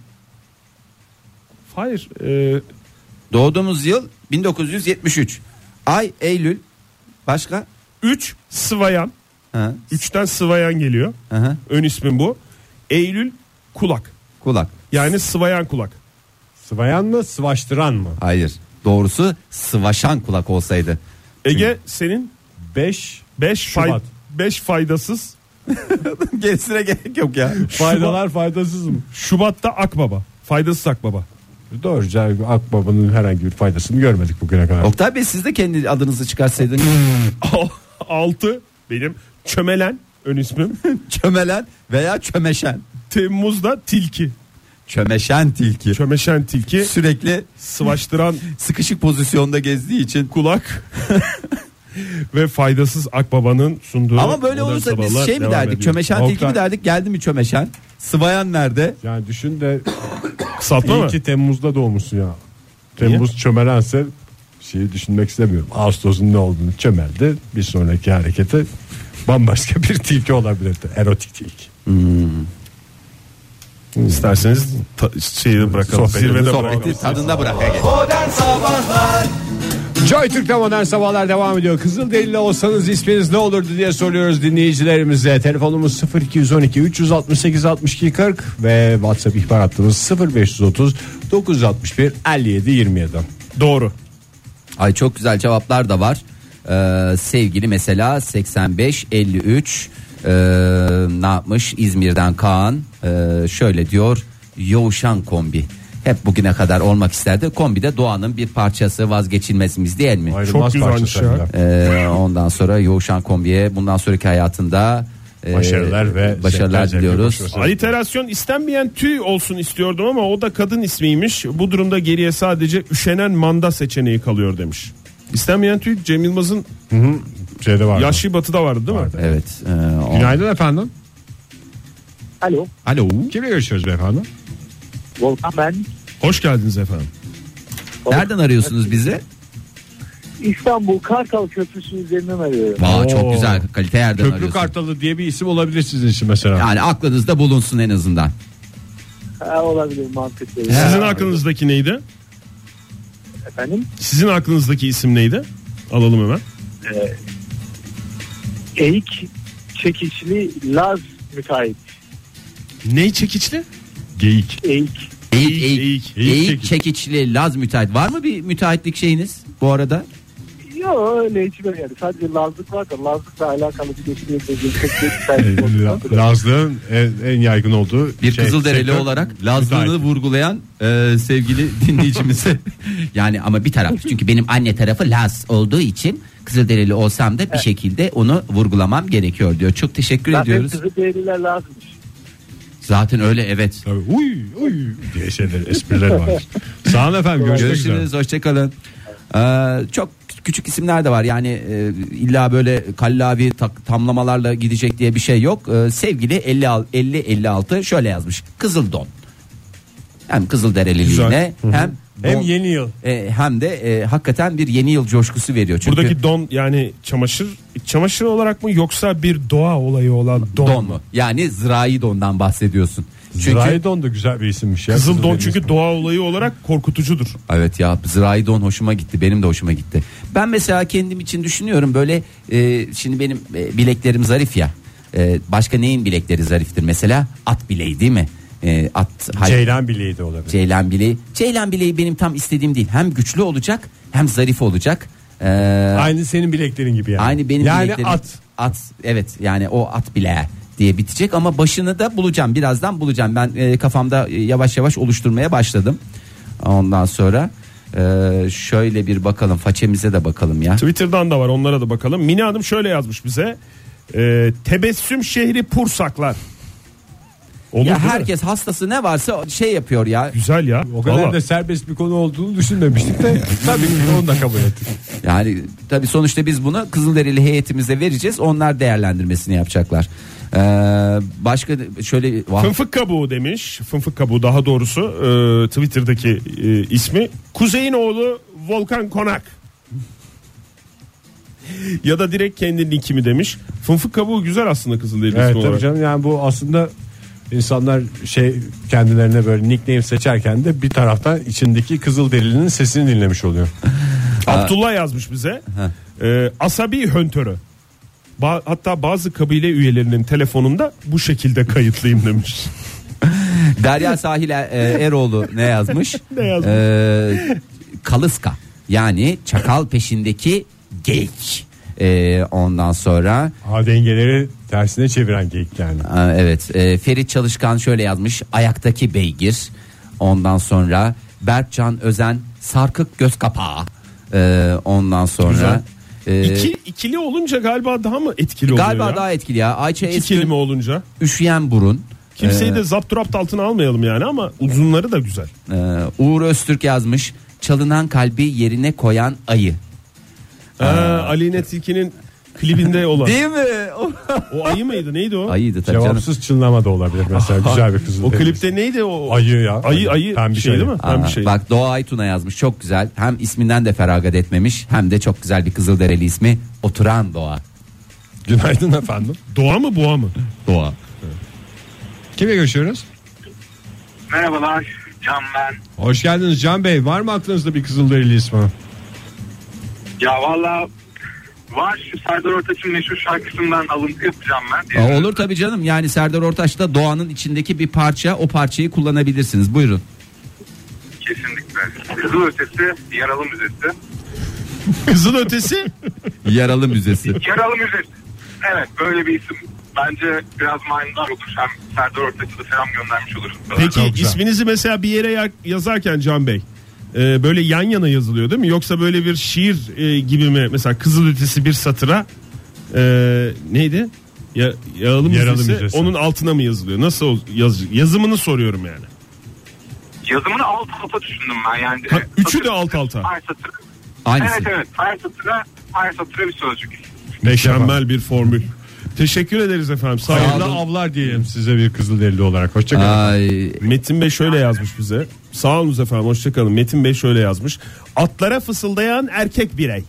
[SPEAKER 3] Hayır. ee,
[SPEAKER 4] Doğduğumuz yıl 1973. Ay Eylül. Başka?
[SPEAKER 3] 3 Sıvayan.
[SPEAKER 4] Ha,
[SPEAKER 3] 3'ten Sıvayan geliyor.
[SPEAKER 4] hı hı,
[SPEAKER 3] Ön ismim bu. Eylül Kulak.
[SPEAKER 4] kulak.
[SPEAKER 3] Yani Sıvayan Kulak.
[SPEAKER 1] Sıvayan mı sıvaştıran mı?
[SPEAKER 4] Hayır. Doğrusu sıvaşan kulak olsaydı.
[SPEAKER 3] Ege senin
[SPEAKER 1] 5
[SPEAKER 3] 5
[SPEAKER 1] Şubat.
[SPEAKER 3] 5 faydasız.
[SPEAKER 4] Gerisine gerek yok ya.
[SPEAKER 1] faydalar faydasız mı?
[SPEAKER 3] Şubat'ta Akbaba. Faydasız Akbaba.
[SPEAKER 1] Doğru Cahil Akbaba'nın herhangi bir faydasını görmedik bugüne kadar.
[SPEAKER 4] Oktay Bey siz de kendi adınızı çıkarsaydınız.
[SPEAKER 3] 6 benim Çömelen ön ismim.
[SPEAKER 4] Çömelen veya çömeşen.
[SPEAKER 3] Temmuz'da Tilki.
[SPEAKER 4] Çömeşen tilki.
[SPEAKER 3] Çömeşen Tilki.
[SPEAKER 4] Sürekli
[SPEAKER 3] Sıvaştıran
[SPEAKER 4] sıkışık pozisyonda gezdiği için.
[SPEAKER 3] kulak ve faydasız akbabanın sunduğu
[SPEAKER 4] Ama böyle
[SPEAKER 3] modern
[SPEAKER 4] olursa biz
[SPEAKER 3] sabahlar
[SPEAKER 4] şey mi
[SPEAKER 3] devam
[SPEAKER 4] derdik?
[SPEAKER 3] ediyor.
[SPEAKER 4] Çömeşen tilki mi
[SPEAKER 1] Oktay.
[SPEAKER 4] derdik? Geldi mi çömeşen? Sıvayan nerede?
[SPEAKER 1] Yani düşün de
[SPEAKER 3] Kısaltma
[SPEAKER 1] iyi
[SPEAKER 3] mı?
[SPEAKER 1] ki Temmuz'da doğmuşsun ya. Temmuz çömelense şeyi düşünmek istemiyorum. Ağustos'un ne olduğunu çömeldi. Bir sonraki harekete bambaşka bir tilki olabilirdi. Erotik tilki.
[SPEAKER 3] Hmm. İsterseniz ta- şeyi de bırakalım.
[SPEAKER 1] Sohbeti-
[SPEAKER 3] Zirvede
[SPEAKER 1] sohbeti-
[SPEAKER 3] bırakalım.
[SPEAKER 4] Tadında bırak. Ege.
[SPEAKER 1] Joy Türk'te modern sabahlar devam ediyor. Kızılderili olsanız isminiz ne olurdu diye soruyoruz dinleyicilerimize. Telefonumuz 0212 368 62 40 ve WhatsApp ihbar hattımız 0530 961 57 27.
[SPEAKER 3] Doğru.
[SPEAKER 4] Ay çok güzel cevaplar da var. Ee, sevgili mesela 85 53 ee, ne yapmış İzmir'den Kaan ee, şöyle diyor yoğuşan kombi hep bugüne kadar olmak isterdi kombi de doğanın bir parçası vazgeçilmezimiz değil mi
[SPEAKER 1] Ayrılmaz
[SPEAKER 3] güzelmiş
[SPEAKER 1] parçası
[SPEAKER 3] ya.
[SPEAKER 1] hem de.
[SPEAKER 4] Ee, ondan sonra yoğuşan kombiye bundan sonraki hayatında ee,
[SPEAKER 1] Başarılar ve zevkler,
[SPEAKER 4] başarılar
[SPEAKER 1] zevkler
[SPEAKER 4] diliyoruz
[SPEAKER 1] koşması.
[SPEAKER 3] Aliterasyon istenmeyen tüy olsun istiyordum ama o da kadın ismiymiş. Bu durumda geriye sadece üşenen manda seçeneği kalıyor demiş. İstenmeyen tüy Cem Yılmaz'ın
[SPEAKER 1] Şeyde var.
[SPEAKER 3] Yaşlı Batı'da vardı değil mi?
[SPEAKER 4] evet ee, o-
[SPEAKER 1] Günaydın efendim.
[SPEAKER 5] Alo
[SPEAKER 4] Alo
[SPEAKER 1] Kimle görüşüyoruz beyefendi?
[SPEAKER 5] Volkan ben
[SPEAKER 3] Hoş geldiniz efendim.
[SPEAKER 4] nereden arıyorsunuz bizi
[SPEAKER 5] İstanbul Kartal Köprüsü'nün üzerinden arıyorum.
[SPEAKER 4] Vay,
[SPEAKER 1] Oo.
[SPEAKER 4] çok güzel kalite yerden
[SPEAKER 1] Köprü
[SPEAKER 4] arıyorsun.
[SPEAKER 1] Kartalı diye bir isim olabilir sizin için mesela.
[SPEAKER 4] Yani aklınızda bulunsun en azından.
[SPEAKER 5] Ha, olabilir mantıklı.
[SPEAKER 3] Sizin aklınızdaki neydi?
[SPEAKER 5] Efendim
[SPEAKER 3] Sizin aklınızdaki isim neydi? Alalım hemen.
[SPEAKER 5] eğik çekişli Laz müteahhit.
[SPEAKER 3] Ney çekiçli?
[SPEAKER 1] Geyik.
[SPEAKER 5] Eğik.
[SPEAKER 4] Eğik, eğik,
[SPEAKER 3] eğik,
[SPEAKER 4] eğik,
[SPEAKER 3] eğik çekiç.
[SPEAKER 4] çekiçli Laz müteahhit. Var mı bir müteahhitlik şeyiniz bu arada?
[SPEAKER 5] Yok öyle hiç böyle yani. Sadece Lazlık var da Lazlık'la alakalı bir geçtiğim bir şey
[SPEAKER 3] Ee,
[SPEAKER 1] Lazlığın en, en yaygın olduğu
[SPEAKER 4] Bir
[SPEAKER 1] şey,
[SPEAKER 4] Kızılderili
[SPEAKER 1] sektör.
[SPEAKER 4] olarak Lazlığını
[SPEAKER 1] Müteahhit.
[SPEAKER 4] vurgulayan e, sevgili dinleyicimize. yani ama bir taraf çünkü benim anne tarafı Laz olduğu için Kızılderili olsam da bir şekilde onu vurgulamam gerekiyor diyor. Çok teşekkür
[SPEAKER 5] Zaten
[SPEAKER 4] ediyoruz.
[SPEAKER 5] kızı değerliler lazımmış.
[SPEAKER 4] Zaten öyle evet.
[SPEAKER 1] Tabii, uy uy diye şeyler espriler var. Sağ olun efendim görüşmek üzere.
[SPEAKER 4] Görüşürüz hoşçakalın. Ee, çok küçük isimler de var yani e, illa böyle kallavi tak- tamlamalarla gidecek diye bir şey yok. Ee, sevgili 50 al- 50 56 şöyle yazmış. Kızıl don. Hem kızıl dereliliğine hem don-
[SPEAKER 1] Hem yeni yıl.
[SPEAKER 4] e, hem de e, hakikaten bir yeni yıl coşkusu veriyor. Çünkü
[SPEAKER 3] Buradaki don yani çamaşır çamaşır olarak mı yoksa bir doğa olayı olan don,
[SPEAKER 4] don
[SPEAKER 3] mu?
[SPEAKER 4] mu? Yani zirahi dondan bahsediyorsun. Çünkü
[SPEAKER 1] Zraydon da güzel bir isimmiş ya.
[SPEAKER 3] Kızıl don
[SPEAKER 1] Kızılderili
[SPEAKER 3] çünkü
[SPEAKER 1] ismi.
[SPEAKER 3] doğa olayı olarak korkutucudur.
[SPEAKER 4] Evet ya zirai don hoşuma gitti benim de hoşuma gitti. Ben mesela kendim için düşünüyorum böyle e, şimdi benim e, bileklerim zarif ya. E, başka neyin bilekleri zariftir mesela? At bileği değil mi? E, at hay-
[SPEAKER 1] Ceylan bileği de olabilir.
[SPEAKER 4] Ceylan bileği. Ceylan bileği benim tam istediğim değil. Hem güçlü olacak hem zarif olacak. E,
[SPEAKER 1] Aynı senin bileklerin gibi yani.
[SPEAKER 4] aynı benim
[SPEAKER 1] yani
[SPEAKER 4] bileklerim.
[SPEAKER 1] at.
[SPEAKER 4] At evet yani o at bileği diye bitecek ama başını da bulacağım birazdan bulacağım ben e, kafamda e, yavaş yavaş oluşturmaya başladım ondan sonra e, şöyle bir bakalım façemize de bakalım ya
[SPEAKER 3] Twitter'dan da var onlara da bakalım. Mine Hanım şöyle yazmış bize. Ee, tebessüm şehri Pursaklar. Olur
[SPEAKER 4] ya
[SPEAKER 3] değil mi?
[SPEAKER 4] herkes hastası ne varsa şey yapıyor ya
[SPEAKER 3] Güzel ya.
[SPEAKER 1] O kadar
[SPEAKER 3] Valla.
[SPEAKER 1] da serbest bir konu olduğunu düşünmemiştik de tabii ki onu da kabul ettik.
[SPEAKER 4] yani tabi sonuçta biz bunu Kızılderili heyetimize vereceğiz onlar değerlendirmesini yapacaklar E, başka şöyle vah,
[SPEAKER 3] Fınfık kabuğu demiş. Fınfık kabuğu daha doğrusu e, Twitter'daki e, ismi. Kuzey'in oğlu Volkan Konak. ya da direkt kendinin kimi demiş. Fınfık kabuğu güzel aslında Kızılderili
[SPEAKER 1] Evet
[SPEAKER 3] ismi
[SPEAKER 1] tabii
[SPEAKER 3] olarak.
[SPEAKER 1] canım yani bu aslında insanlar şey kendilerine böyle nickname seçerken de bir taraftan içindeki kızıl delinin sesini dinlemiş oluyor.
[SPEAKER 3] Abdullah yazmış bize. Ee, asabi höntörü. Ba- hatta bazı kabile üyelerinin telefonunda bu şekilde kayıtlıyım demiş.
[SPEAKER 4] Derya Sahil e, Eroğlu ne yazmış?
[SPEAKER 3] Ne yazmış?
[SPEAKER 4] Ee, kalıska yani çakal peşindeki geyik. Ee, ondan sonra
[SPEAKER 1] Ha dengeleri tersine çeviren geyik yani.
[SPEAKER 4] Aa, Evet e, Ferit Çalışkan şöyle yazmış ayaktaki beygir ondan sonra Berkcan Özen sarkık göz kapağı Ee, ondan sonra e,
[SPEAKER 3] İki, ikili olunca galiba daha mı etkili oluyor
[SPEAKER 4] galiba
[SPEAKER 3] ya?
[SPEAKER 4] daha etkili ya Ayça
[SPEAKER 3] İki
[SPEAKER 4] Eskün
[SPEAKER 3] kelime olunca.
[SPEAKER 4] üşüyen burun
[SPEAKER 3] Kimseyi de zapturapt altına almayalım yani ama uzunları da güzel.
[SPEAKER 4] Ee, Uğur Öztürk yazmış çalınan kalbi yerine koyan ayı
[SPEAKER 3] Ha, Aline Tilki'nin klibinde olan.
[SPEAKER 4] değil mi O-
[SPEAKER 3] o ayı mıydı neydi o?
[SPEAKER 4] ayıydı tabii canım.
[SPEAKER 1] Cevapsız çınlama da olabilir mesela güzel bir kızıl
[SPEAKER 3] O
[SPEAKER 1] derili.
[SPEAKER 3] klipte neydi o?
[SPEAKER 1] Ayı ya.
[SPEAKER 3] Ayı ayı
[SPEAKER 1] Pembe
[SPEAKER 3] şey değil
[SPEAKER 1] ayı.
[SPEAKER 3] mi?
[SPEAKER 4] Aa,
[SPEAKER 3] Pembe şey.
[SPEAKER 4] Bak Doğa Aytun'a yazmış çok güzel hem isminden de feragat etmemiş hem de çok güzel bir Kızılderili ismi oturan Doğa
[SPEAKER 1] Günaydın efendim.
[SPEAKER 3] Doğa mı boğa mı?
[SPEAKER 4] Doğa
[SPEAKER 1] Kimle görüşüyoruz?
[SPEAKER 5] Merhabalar. Can ben.
[SPEAKER 1] Hoş geldiniz Can Bey. Var mı aklınızda bir kızıl derili ismi?
[SPEAKER 5] Ya valla var şu Serdar Ortaç'ın meşhur şarkısından alıntı yapacağım ben.
[SPEAKER 4] Aa, olur tabii canım. Yani Serdar Ortaç da doğanın içindeki bir parça. O parçayı kullanabilirsiniz. Buyurun.
[SPEAKER 5] Kesinlikle. Kızıl ötesi, yaralı müzesi.
[SPEAKER 3] Kızın ötesi.
[SPEAKER 4] Yaralı Müzesi.
[SPEAKER 5] Yaralı müzesi. Evet böyle bir isim. Bence biraz manidar olur. Hem Serdar Ortaç'a da selam göndermiş oluruz.
[SPEAKER 3] Peki
[SPEAKER 1] Çok güzel.
[SPEAKER 3] isminizi mesela bir yere ya- yazarken Can Bey e, böyle yan yana yazılıyor değil mi? Yoksa böyle bir şiir e, gibi mi? Mesela Kızıl Ötesi bir satıra e, neydi? Ya, yağlı
[SPEAKER 1] Yaralı
[SPEAKER 3] müzesi,
[SPEAKER 1] Müzesi.
[SPEAKER 3] onun altına mı yazılıyor? Nasıl ol- yaz- yazımını soruyorum yani.
[SPEAKER 5] Yazımını alt alta düşündüm ben yani.
[SPEAKER 3] Ha, üçü de alt alta.
[SPEAKER 5] Her satır.
[SPEAKER 4] Aynısı.
[SPEAKER 5] Evet evet her satıra, her satıra bir sözcük.
[SPEAKER 3] Mükemmel bir formül. Teşekkür ederiz efendim. Sağ olun.
[SPEAKER 1] Hayırlı avlar diyelim size bir kızıl derili olarak. Hoşçakalın.
[SPEAKER 4] Ay,
[SPEAKER 3] Metin Bey şöyle yazmış bize. Sağ olunuz efendim hoşçakalın. Metin Bey şöyle yazmış. Atlara fısıldayan erkek birey.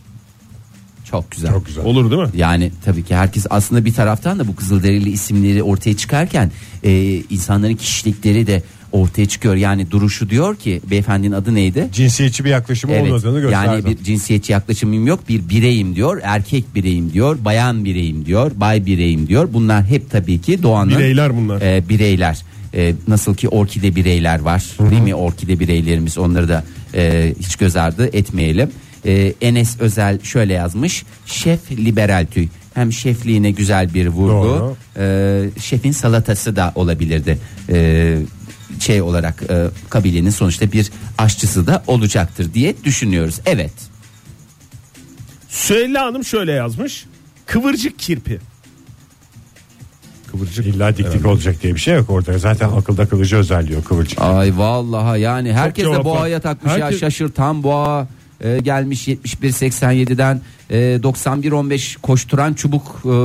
[SPEAKER 4] çok güzel.
[SPEAKER 1] Çok güzel.
[SPEAKER 3] Olur değil mi?
[SPEAKER 4] Yani tabii ki herkes aslında bir taraftan da bu Kızılderili isimleri ortaya çıkarken e, insanların kişilikleri de ortaya çıkıyor. Yani duruşu diyor ki beyefendinin adı neydi?
[SPEAKER 1] Cinsiyetçi bir yaklaşım olmadığını gösterdi.
[SPEAKER 4] Yani bir cinsiyetçi yaklaşımım yok. Bir bireyim diyor. Erkek bireyim diyor. Bayan bireyim diyor. Bay bireyim diyor. Bunlar hep tabii ki doğanın
[SPEAKER 3] Bireyler bunlar.
[SPEAKER 4] e, bireyler. E, nasıl ki orkide bireyler var. Değil mi? Orkide bireylerimiz onları da e, hiç göz ardı etmeyelim. E, Enes Özel şöyle yazmış. Şef liberal tüy. Hem şefliğine güzel bir vurgu.
[SPEAKER 1] Doğru.
[SPEAKER 4] E, şefin salatası da olabilirdi. E, şey olarak e, kabilenin sonuçta bir aşçısı da olacaktır diye düşünüyoruz. Evet.
[SPEAKER 3] Süheyla Hanım şöyle yazmış. Kıvırcık kirpi.
[SPEAKER 1] Kıvırcık. İlla dik dik olacak diye bir şey yok orada. Zaten akılda kalıcı özelliği o kıvırcık.
[SPEAKER 4] Ay vallahi yani herkes de
[SPEAKER 3] cevap var.
[SPEAKER 4] boğaya takmış ya
[SPEAKER 3] Herkes-
[SPEAKER 4] şaşırtan boğa e, gelmiş 71.87'den e, 91.15 koşturan çubuk e,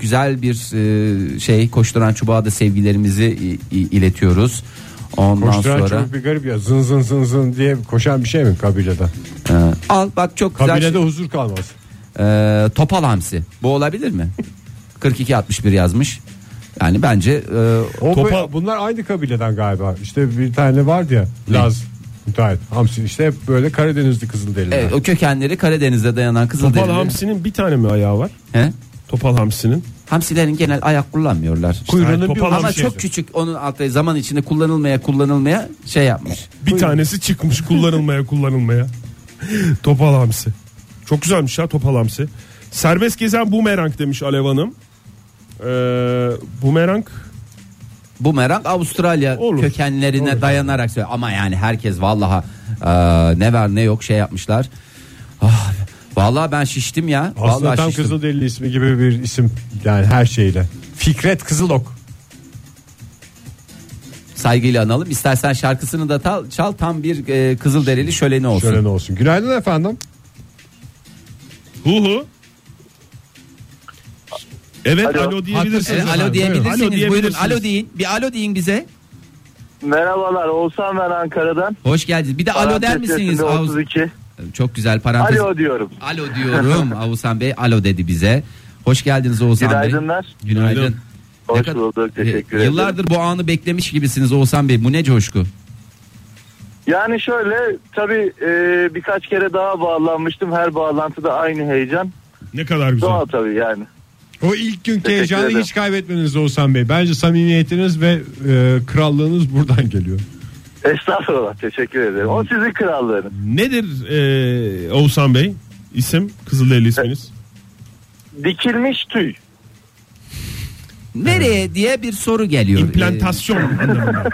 [SPEAKER 4] güzel bir e, şey koşturan çubuğa da sevgilerimizi i- i- iletiyoruz. Ondan
[SPEAKER 1] Koşturan
[SPEAKER 4] sonra
[SPEAKER 1] çocuk bir garip ya. Zın zın zın zın diye koşan bir şey mi kabilede?
[SPEAKER 4] e, al bak çok güzel.
[SPEAKER 1] Kabilede
[SPEAKER 4] şey.
[SPEAKER 1] huzur kalmaz.
[SPEAKER 4] E, topal hamsi. Bu olabilir mi? 42.61 yazmış. Yani bence e,
[SPEAKER 1] O
[SPEAKER 3] Topa-
[SPEAKER 1] bu- bunlar aynı kabileden galiba. İşte bir tane vardı ya. Laz. Müteahhit. Hamsi işte hep böyle Karadenizli kızıl
[SPEAKER 4] evet, o kökenleri Karadeniz'de dayanan Kızılderili.
[SPEAKER 3] Topal hamsinin bir tane mi ayağı var?
[SPEAKER 4] He?
[SPEAKER 3] Topal hamsinin.
[SPEAKER 4] Hamsilerin genel ayak kullanmıyorlar.
[SPEAKER 3] Hayır,
[SPEAKER 1] Kuyruğunu bir
[SPEAKER 3] topal- Falan
[SPEAKER 4] Ama
[SPEAKER 3] bir şey
[SPEAKER 4] çok
[SPEAKER 3] yazıyor.
[SPEAKER 4] küçük onun altı zaman içinde kullanılmaya kullanılmaya şey yapmış.
[SPEAKER 3] Bir tanesi çıkmış kullanılmaya kullanılmaya. topal hamsi. Çok güzelmiş ya topal hamsi. Serbest gezen bumerang demiş Alev Hanım. Ee, bumerang
[SPEAKER 4] Bumerang Avustralya
[SPEAKER 3] Olur.
[SPEAKER 4] kökenlerine dayanarak söylüyor. Ama yani herkes vallaha e, ne var ne yok şey yapmışlar. Ah, vallahi ben şiştim ya.
[SPEAKER 1] Aslında
[SPEAKER 4] vallahi
[SPEAKER 1] tam
[SPEAKER 4] şiştim.
[SPEAKER 1] kızıl derili ismi gibi bir isim. Yani her şeyle. Fikret Kızılok.
[SPEAKER 4] Saygıyla analım. İstersen şarkısını da tal- çal tam bir e, Kızılderili şöleni olsun.
[SPEAKER 1] Şöyle ne olsun. Günaydın efendim.
[SPEAKER 3] hu hu. Evet alo,
[SPEAKER 5] Alo.
[SPEAKER 3] diyebilirsiniz.
[SPEAKER 4] E,
[SPEAKER 3] efendim.
[SPEAKER 4] alo diyebilirsiniz.
[SPEAKER 3] Alo
[SPEAKER 4] Buyurun
[SPEAKER 3] diyebilirsiniz.
[SPEAKER 4] alo deyin. Bir alo deyin bize.
[SPEAKER 5] Merhabalar Oğuzhan ben Ankara'dan.
[SPEAKER 4] Hoş geldiniz. Bir de alo der misiniz? Avuz- Ee, Çok güzel parantez.
[SPEAKER 6] Alo diyorum.
[SPEAKER 4] Alo diyorum. Oğuzhan Bey alo dedi bize. Hoş geldiniz Oğuzhan
[SPEAKER 6] Günaydınlar.
[SPEAKER 4] Bey. Günaydın.
[SPEAKER 3] Günaydın.
[SPEAKER 6] Hoş
[SPEAKER 4] Ne kadar-
[SPEAKER 6] bulduk, teşekkür
[SPEAKER 4] E, Yıllardır bu anı beklemiş gibisiniz Oğuzhan Bey. Bu ne coşku?
[SPEAKER 6] Yani şöyle tabii e, birkaç kere daha bağlanmıştım. Her bağlantıda aynı heyecan.
[SPEAKER 3] Ne kadar güzel.
[SPEAKER 6] Doğal tabii yani.
[SPEAKER 1] O ilk günkü
[SPEAKER 6] Teşekkür
[SPEAKER 1] heyecanı
[SPEAKER 6] ederim.
[SPEAKER 1] hiç kaybetmediniz Oğuzhan Bey. Bence samimiyetiniz ve e, krallığınız buradan geliyor.
[SPEAKER 6] Estağfurullah teşekkür ederim.
[SPEAKER 3] Hmm.
[SPEAKER 6] O sizin krallığınız.
[SPEAKER 3] Nedir e, Oğuzhan Bey? İsim Kızılderili isminiz.
[SPEAKER 6] Dikilmiş tüy.
[SPEAKER 4] Nereye diye bir soru
[SPEAKER 1] E,
[SPEAKER 4] geliyor.
[SPEAKER 3] İmplantasyon anlamında.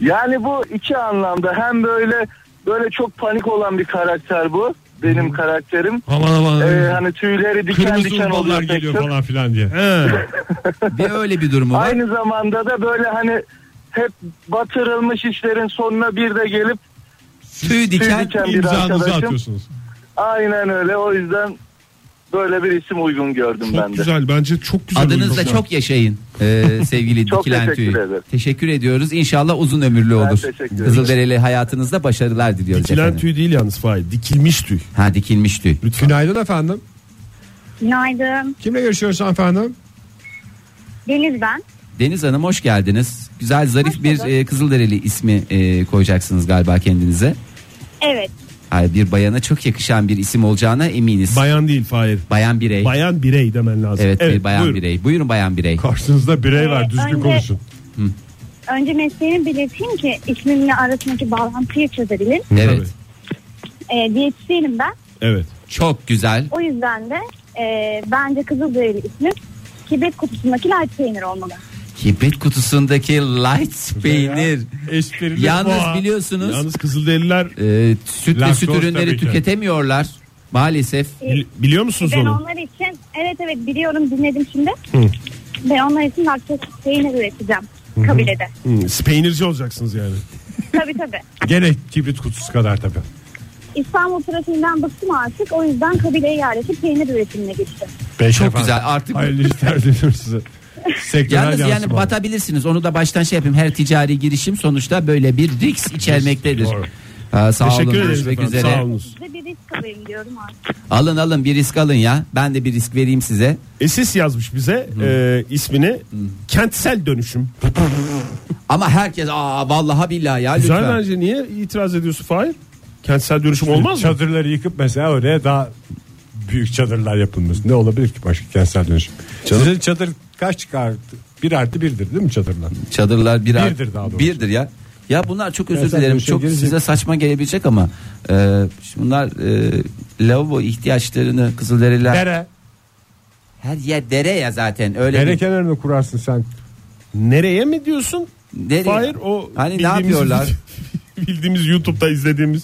[SPEAKER 6] Yani bu iki anlamda hem böyle böyle çok panik olan bir karakter bu. Benim karakterim.
[SPEAKER 1] Aman aman.
[SPEAKER 6] E, hani tüyleri diken
[SPEAKER 1] Kırmızı
[SPEAKER 6] diken
[SPEAKER 1] uzmanlar
[SPEAKER 6] olacaktır.
[SPEAKER 1] geliyor falan filan diye.
[SPEAKER 3] He.
[SPEAKER 4] Ee, bir öyle bir durumu var.
[SPEAKER 6] Aynı zamanda da böyle hani hep batırılmış işlerin sonuna bir de gelip
[SPEAKER 4] Tüy diken.
[SPEAKER 6] diken bir
[SPEAKER 1] İmzanızı
[SPEAKER 6] arkadaşım.
[SPEAKER 1] atıyorsunuz.
[SPEAKER 6] Aynen öyle. O yüzden böyle bir isim uygun gördüm
[SPEAKER 3] Çok
[SPEAKER 6] ben de.
[SPEAKER 3] güzel bence çok güzel.
[SPEAKER 4] Adınızla
[SPEAKER 3] uyumlu.
[SPEAKER 4] çok yaşayın ee, sevgili
[SPEAKER 6] Çok
[SPEAKER 4] dikilen tüy.
[SPEAKER 6] teşekkür ederim.
[SPEAKER 4] Teşekkür ediyoruz. İnşallah uzun ömürlü olur.
[SPEAKER 6] teşekkür ederim.
[SPEAKER 4] Kızılderili hayatınızda başarılar diliyoruz
[SPEAKER 3] Dikilen
[SPEAKER 4] efendim.
[SPEAKER 3] tüy değil yalnız Fahir. Dikilmiş tüy.
[SPEAKER 4] Ha dikilmiş tüy.
[SPEAKER 3] Lütfen.
[SPEAKER 1] Günaydın efendim.
[SPEAKER 7] Günaydın.
[SPEAKER 1] Kimle görüşüyoruz efendim?
[SPEAKER 7] Deniz ben.
[SPEAKER 4] Deniz Hanım hoş geldiniz. Güzel zarif
[SPEAKER 7] Hoş
[SPEAKER 4] bir
[SPEAKER 7] bulduk.
[SPEAKER 4] e, Kızılderili ismi e, koyacaksınız galiba kendinize.
[SPEAKER 7] Evet.
[SPEAKER 4] Hayır, bir bayana çok yakışan bir isim olacağına eminiz.
[SPEAKER 3] Bayan değil Fahir.
[SPEAKER 4] bayan birey.
[SPEAKER 3] Bayan birey demen lazım.
[SPEAKER 4] evet, bir bayan
[SPEAKER 3] buyurun.
[SPEAKER 4] birey. Buyurun bayan birey.
[SPEAKER 1] Karşınızda birey var
[SPEAKER 7] Ee,
[SPEAKER 1] düzgün
[SPEAKER 7] önce-
[SPEAKER 1] konuşun.
[SPEAKER 7] Önce mesleğimi belirteyim ki ismimle arasındaki bağlantıyı çözebilirim.
[SPEAKER 4] Evet.
[SPEAKER 3] Tabii.
[SPEAKER 7] E, diyetisyenim ben.
[SPEAKER 3] Evet.
[SPEAKER 4] Çok güzel.
[SPEAKER 7] O yüzden de e, bence Kızılderili ismi kibet kutusundaki light peynir olmalı.
[SPEAKER 4] Kibrit kutusundaki light peynir.
[SPEAKER 1] Esprili
[SPEAKER 4] Yalnız
[SPEAKER 1] boğa.
[SPEAKER 4] biliyorsunuz
[SPEAKER 3] Yalnız Kızılderililer
[SPEAKER 4] e, süt ve
[SPEAKER 1] Laktoz
[SPEAKER 4] süt ürünleri
[SPEAKER 1] tabii ki.
[SPEAKER 4] tüketemiyorlar. Maalesef.
[SPEAKER 3] bil- biliyor musunuz
[SPEAKER 7] Ben
[SPEAKER 3] onu?
[SPEAKER 7] onlar için evet evet biliyorum dinledim şimdi. Ben onlar için laktoz peynir üreteceğim kabilede.
[SPEAKER 3] Hı, Hmm, Peynirci olacaksınız yani.
[SPEAKER 7] tabii tabii.
[SPEAKER 1] Gene kibrit kutusu kadar tabii.
[SPEAKER 7] İstanbul trafiğinden bıktım artık. O yüzden kabile eyaleti peynir üretimine geçti.
[SPEAKER 1] Peki
[SPEAKER 4] Çok
[SPEAKER 1] efendim.
[SPEAKER 4] güzel. Artık
[SPEAKER 1] Hayırlı işler diliyorum size. Sektörel
[SPEAKER 4] Yalnız yani
[SPEAKER 1] yansımalar.
[SPEAKER 4] batabilirsiniz. Onu da baştan şey yapayım. Her ticari girişim sonuçta böyle bir risk içermektedir.
[SPEAKER 1] Doğru.
[SPEAKER 4] Ee, sağ
[SPEAKER 3] Teşekkür
[SPEAKER 4] olun.
[SPEAKER 3] ederiz
[SPEAKER 4] Görüşmek
[SPEAKER 3] efendim.
[SPEAKER 4] üzere.
[SPEAKER 3] Sağ olunuz.
[SPEAKER 7] Size bir risk alayım diyorum artık.
[SPEAKER 4] Alın alın bir risk alın ya. Ben de bir risk vereyim size.
[SPEAKER 3] Esis E, yazmış bize e, ismini. Kentsel dönüşüm.
[SPEAKER 4] Ama herkes aa vallahi billahi ya
[SPEAKER 3] Güzel
[SPEAKER 4] lütfen.
[SPEAKER 3] bence niye itiraz ediyorsun Fahir? Kentsel dönüşüm olmaz mı?
[SPEAKER 1] Çadırları yıkıp mesela oraya daha büyük çadırlar yapılmış. Ne olabilir ki başka kentsel dönüşüm? Sizin çadır kaç çıkardı? Bir artı birdir değil mi çadırlar?
[SPEAKER 4] Çadırlar birer,
[SPEAKER 1] Birdir daha doğrusu.
[SPEAKER 4] Birdir ya. Ya bunlar çok özür
[SPEAKER 1] Kentsel
[SPEAKER 4] dilerim.
[SPEAKER 1] dönüşüm
[SPEAKER 4] Çok
[SPEAKER 1] gelecek.
[SPEAKER 4] size saçma gelebilecek ama e, şimdi bunlar e, lavabo ihtiyaçlarını Kızılderililer
[SPEAKER 1] Dere.
[SPEAKER 4] her yer dere ya zaten öyle
[SPEAKER 1] Dere
[SPEAKER 4] bir-
[SPEAKER 1] kenarını kurarsın sen.
[SPEAKER 3] Nereye mi diyorsun?
[SPEAKER 4] Nereye?
[SPEAKER 3] Fahir o
[SPEAKER 4] Hani ne
[SPEAKER 3] bildiğimiz-
[SPEAKER 4] yapıyorlar?
[SPEAKER 3] bildiğimiz YouTube'da izlediğimiz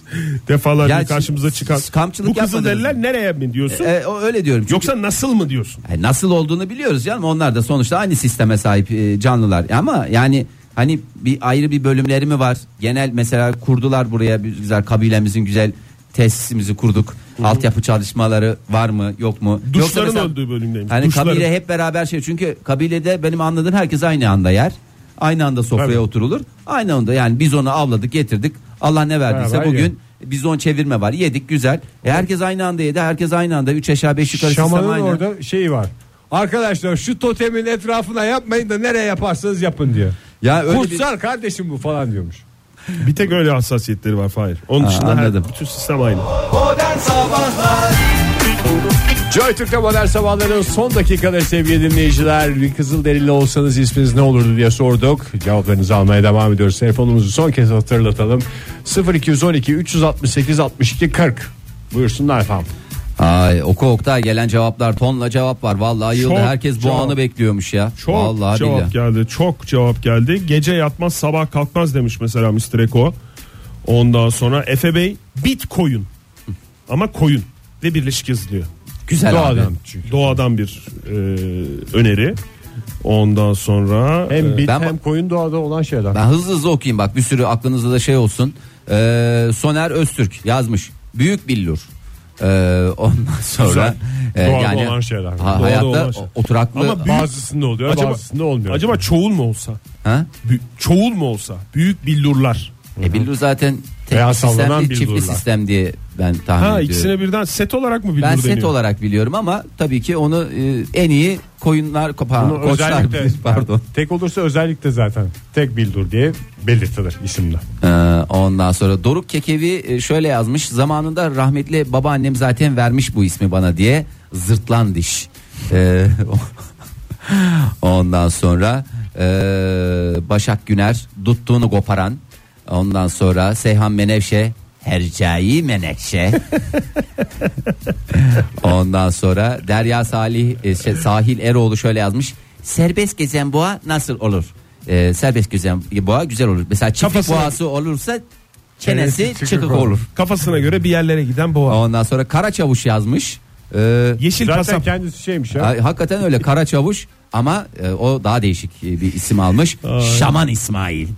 [SPEAKER 3] defalarca
[SPEAKER 4] Ya
[SPEAKER 3] karşımıza
[SPEAKER 4] siz-
[SPEAKER 3] çıkan
[SPEAKER 4] siz kampçılık
[SPEAKER 3] bu Kızılderililer nereye mi diyorsun?
[SPEAKER 4] E, o öyle diyorum. Çünkü-
[SPEAKER 3] Yoksa nasıl mı diyorsun?
[SPEAKER 4] Yani E, nasıl olduğunu biliyoruz canım. Onlar da sonuçta aynı sisteme sahip e, canlılar. Ama yani hani bir ayrı bir bölümleri mi var? Genel mesela kurdular buraya bir güzel kabilemizin güzel tesisimizi kurduk. Altyapı çalışmaları var mı yok mu? Yoksa
[SPEAKER 3] Duşların
[SPEAKER 4] mesela-
[SPEAKER 3] öldüğü bölümdeymiş.
[SPEAKER 4] Hani
[SPEAKER 3] Duşların.
[SPEAKER 4] kabile hep beraber şey çünkü kabilede benim anladığım herkes aynı anda yer. Aynı anda sofraya
[SPEAKER 1] Tabii.
[SPEAKER 4] oturulur. Aynı anda yani biz onu avladık getirdik. Allah ne verdiyse
[SPEAKER 1] Beraber
[SPEAKER 4] bugün bizon çevirme var. Yedik güzel. E, herkes aynı anda yedi. Herkes aynı anda üç aşağı beş yukarı sistem
[SPEAKER 1] Şamanın
[SPEAKER 4] aynı.
[SPEAKER 1] orada şeyi var. Arkadaşlar şu totemin etrafına yapmayın da nereye yaparsanız yapın diyor.
[SPEAKER 4] Ya öyle bir-
[SPEAKER 1] Kutsar kardeşim bu falan diyormuş.
[SPEAKER 3] Bir tek öyle hassasiyetleri var Fahir. Onun
[SPEAKER 4] Ha,
[SPEAKER 3] dışında
[SPEAKER 4] anladım.
[SPEAKER 3] her, bütün sistem aynı.
[SPEAKER 1] Joy Türk'te modern sabahların son dakikaları sevgili dinleyiciler. Bir kızıl derili olsanız isminiz ne olurdu diye sorduk. Cevaplarınızı almaya devam ediyoruz. Telefonumuzu son kez hatırlatalım. 0212 368 62 40. Buyursunlar efendim.
[SPEAKER 4] Ay oku Oktay gelen cevaplar tonla cevap var. Vallahi yılda
[SPEAKER 3] Çok
[SPEAKER 4] herkes bu
[SPEAKER 3] cevap.
[SPEAKER 4] anı bekliyormuş ya.
[SPEAKER 3] Çok
[SPEAKER 4] Vallahi
[SPEAKER 3] cevap
[SPEAKER 4] billahi.
[SPEAKER 3] geldi. Çok cevap geldi. Gece yatmaz sabah kalkmaz demiş mesela Mr. Eko. Ondan sonra Efe Bey Bitcoin ama koyun ve birleşik yazılıyor.
[SPEAKER 4] Güzel abi.
[SPEAKER 1] Doğadan çünkü.
[SPEAKER 3] Doğadan bir e, öneri. Ondan sonra e,
[SPEAKER 1] Hem bit
[SPEAKER 4] Ben-
[SPEAKER 1] hem koyun doğada olan şeyler.
[SPEAKER 4] Ben hızlı hızlı okuyayım bak bir sürü aklınızda da şey olsun. Ee, Soner Öztürk yazmış. Büyük billur. Ee, ondan sonra e,
[SPEAKER 1] Doğada olan şeyler.
[SPEAKER 4] ha-
[SPEAKER 1] Doğada
[SPEAKER 4] hayatta
[SPEAKER 3] olan şey.
[SPEAKER 4] o- oturaklı
[SPEAKER 3] Ama büyük-
[SPEAKER 1] Bazısında oluyor
[SPEAKER 3] Acaba-
[SPEAKER 1] bazısında olmuyor.
[SPEAKER 3] acaba çoğul mu olsa?
[SPEAKER 4] ha?
[SPEAKER 3] Bü- çoğul mu olsa? Büyük billurlar.
[SPEAKER 4] E billur zaten tek
[SPEAKER 1] Veya
[SPEAKER 4] bir sistem
[SPEAKER 1] sallanan
[SPEAKER 4] değil, çiftli
[SPEAKER 1] billurlar.
[SPEAKER 4] sistem diye ben tahmin
[SPEAKER 3] Ha
[SPEAKER 4] ediyorum.
[SPEAKER 3] ikisine birden set olarak mı billur
[SPEAKER 4] Hani ben set
[SPEAKER 3] deniyor?
[SPEAKER 4] olarak biliyorum ama tabii ki onu e, en iyi koyunlar
[SPEAKER 1] Bunu
[SPEAKER 4] kopa, koçlar
[SPEAKER 1] özellikle
[SPEAKER 4] bilir, pardon.
[SPEAKER 1] Tek olursa özellikle zaten tek bildur diye belirtilir isimde.
[SPEAKER 4] Ee, ondan sonra Doruk Kekevi e, şöyle yazmış. Zamanında rahmetli babaannem zaten vermiş bu ismi bana diye. Zırtlan diş. Ee, ondan sonra e, Başak Güner tuttuğunu koparan. Ondan sonra Seyhan Menevşe Hercai Menekşe. Ondan sonra Derya Salih e, şey, Sahil Eroğlu şöyle yazmış. Serbest gezen boğa nasıl olur? Ee, serbest gezen boğa güzel olur. Mesela çiftlik
[SPEAKER 3] Kafasına-
[SPEAKER 4] boğası olursa çenesi
[SPEAKER 1] çıkık
[SPEAKER 4] çıkık
[SPEAKER 1] olur.
[SPEAKER 4] olur.
[SPEAKER 3] Kafasına göre bir yerlere giden boğa.
[SPEAKER 4] Ondan sonra kara çavuş yazmış. Ee,
[SPEAKER 3] Yeşil
[SPEAKER 1] Zaten
[SPEAKER 3] kasap.
[SPEAKER 1] kendisi şeymiş ya.
[SPEAKER 4] ha- hakikaten öyle kara çavuş ama e, o daha değişik e, bir isim almış. Şaman İsmail.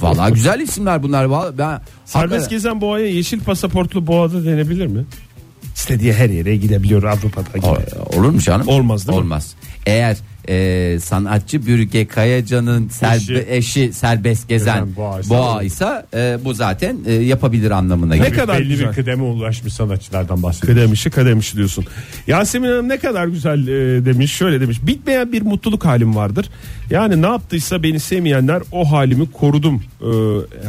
[SPEAKER 4] Valla güzel isimler bunlar. Vallahi Ben
[SPEAKER 3] Serbest
[SPEAKER 4] hakikaten-
[SPEAKER 3] gezen boğaya yeşil pasaportlu boğa da denebilir mi? İstediği her yere gidebiliyor Avrupa'da. gibi.
[SPEAKER 4] O- Olur mu canım?
[SPEAKER 3] Olmaz değil mi?
[SPEAKER 4] Olmaz. Eğer e, sanatçı Bürge Kayacan'ın serbe-
[SPEAKER 1] Eşi.
[SPEAKER 4] eşi. serbest gezen
[SPEAKER 1] Gezen boğa ise-
[SPEAKER 4] boğa ise e, bu zaten e, yapabilir anlamına
[SPEAKER 3] Ne
[SPEAKER 4] geliyor.
[SPEAKER 3] kadar
[SPEAKER 1] belli
[SPEAKER 3] güzel.
[SPEAKER 1] bir kıdeme ulaşmış sanatçılardan bahsediyor.
[SPEAKER 3] Kademişi kademişi diyorsun. Yasemin Hanım ne kadar güzel e, demiş. Şöyle demiş. Bitmeyen bir mutluluk halim vardır. Yani ne yaptıysa beni sevmeyenler o halimi korudum e,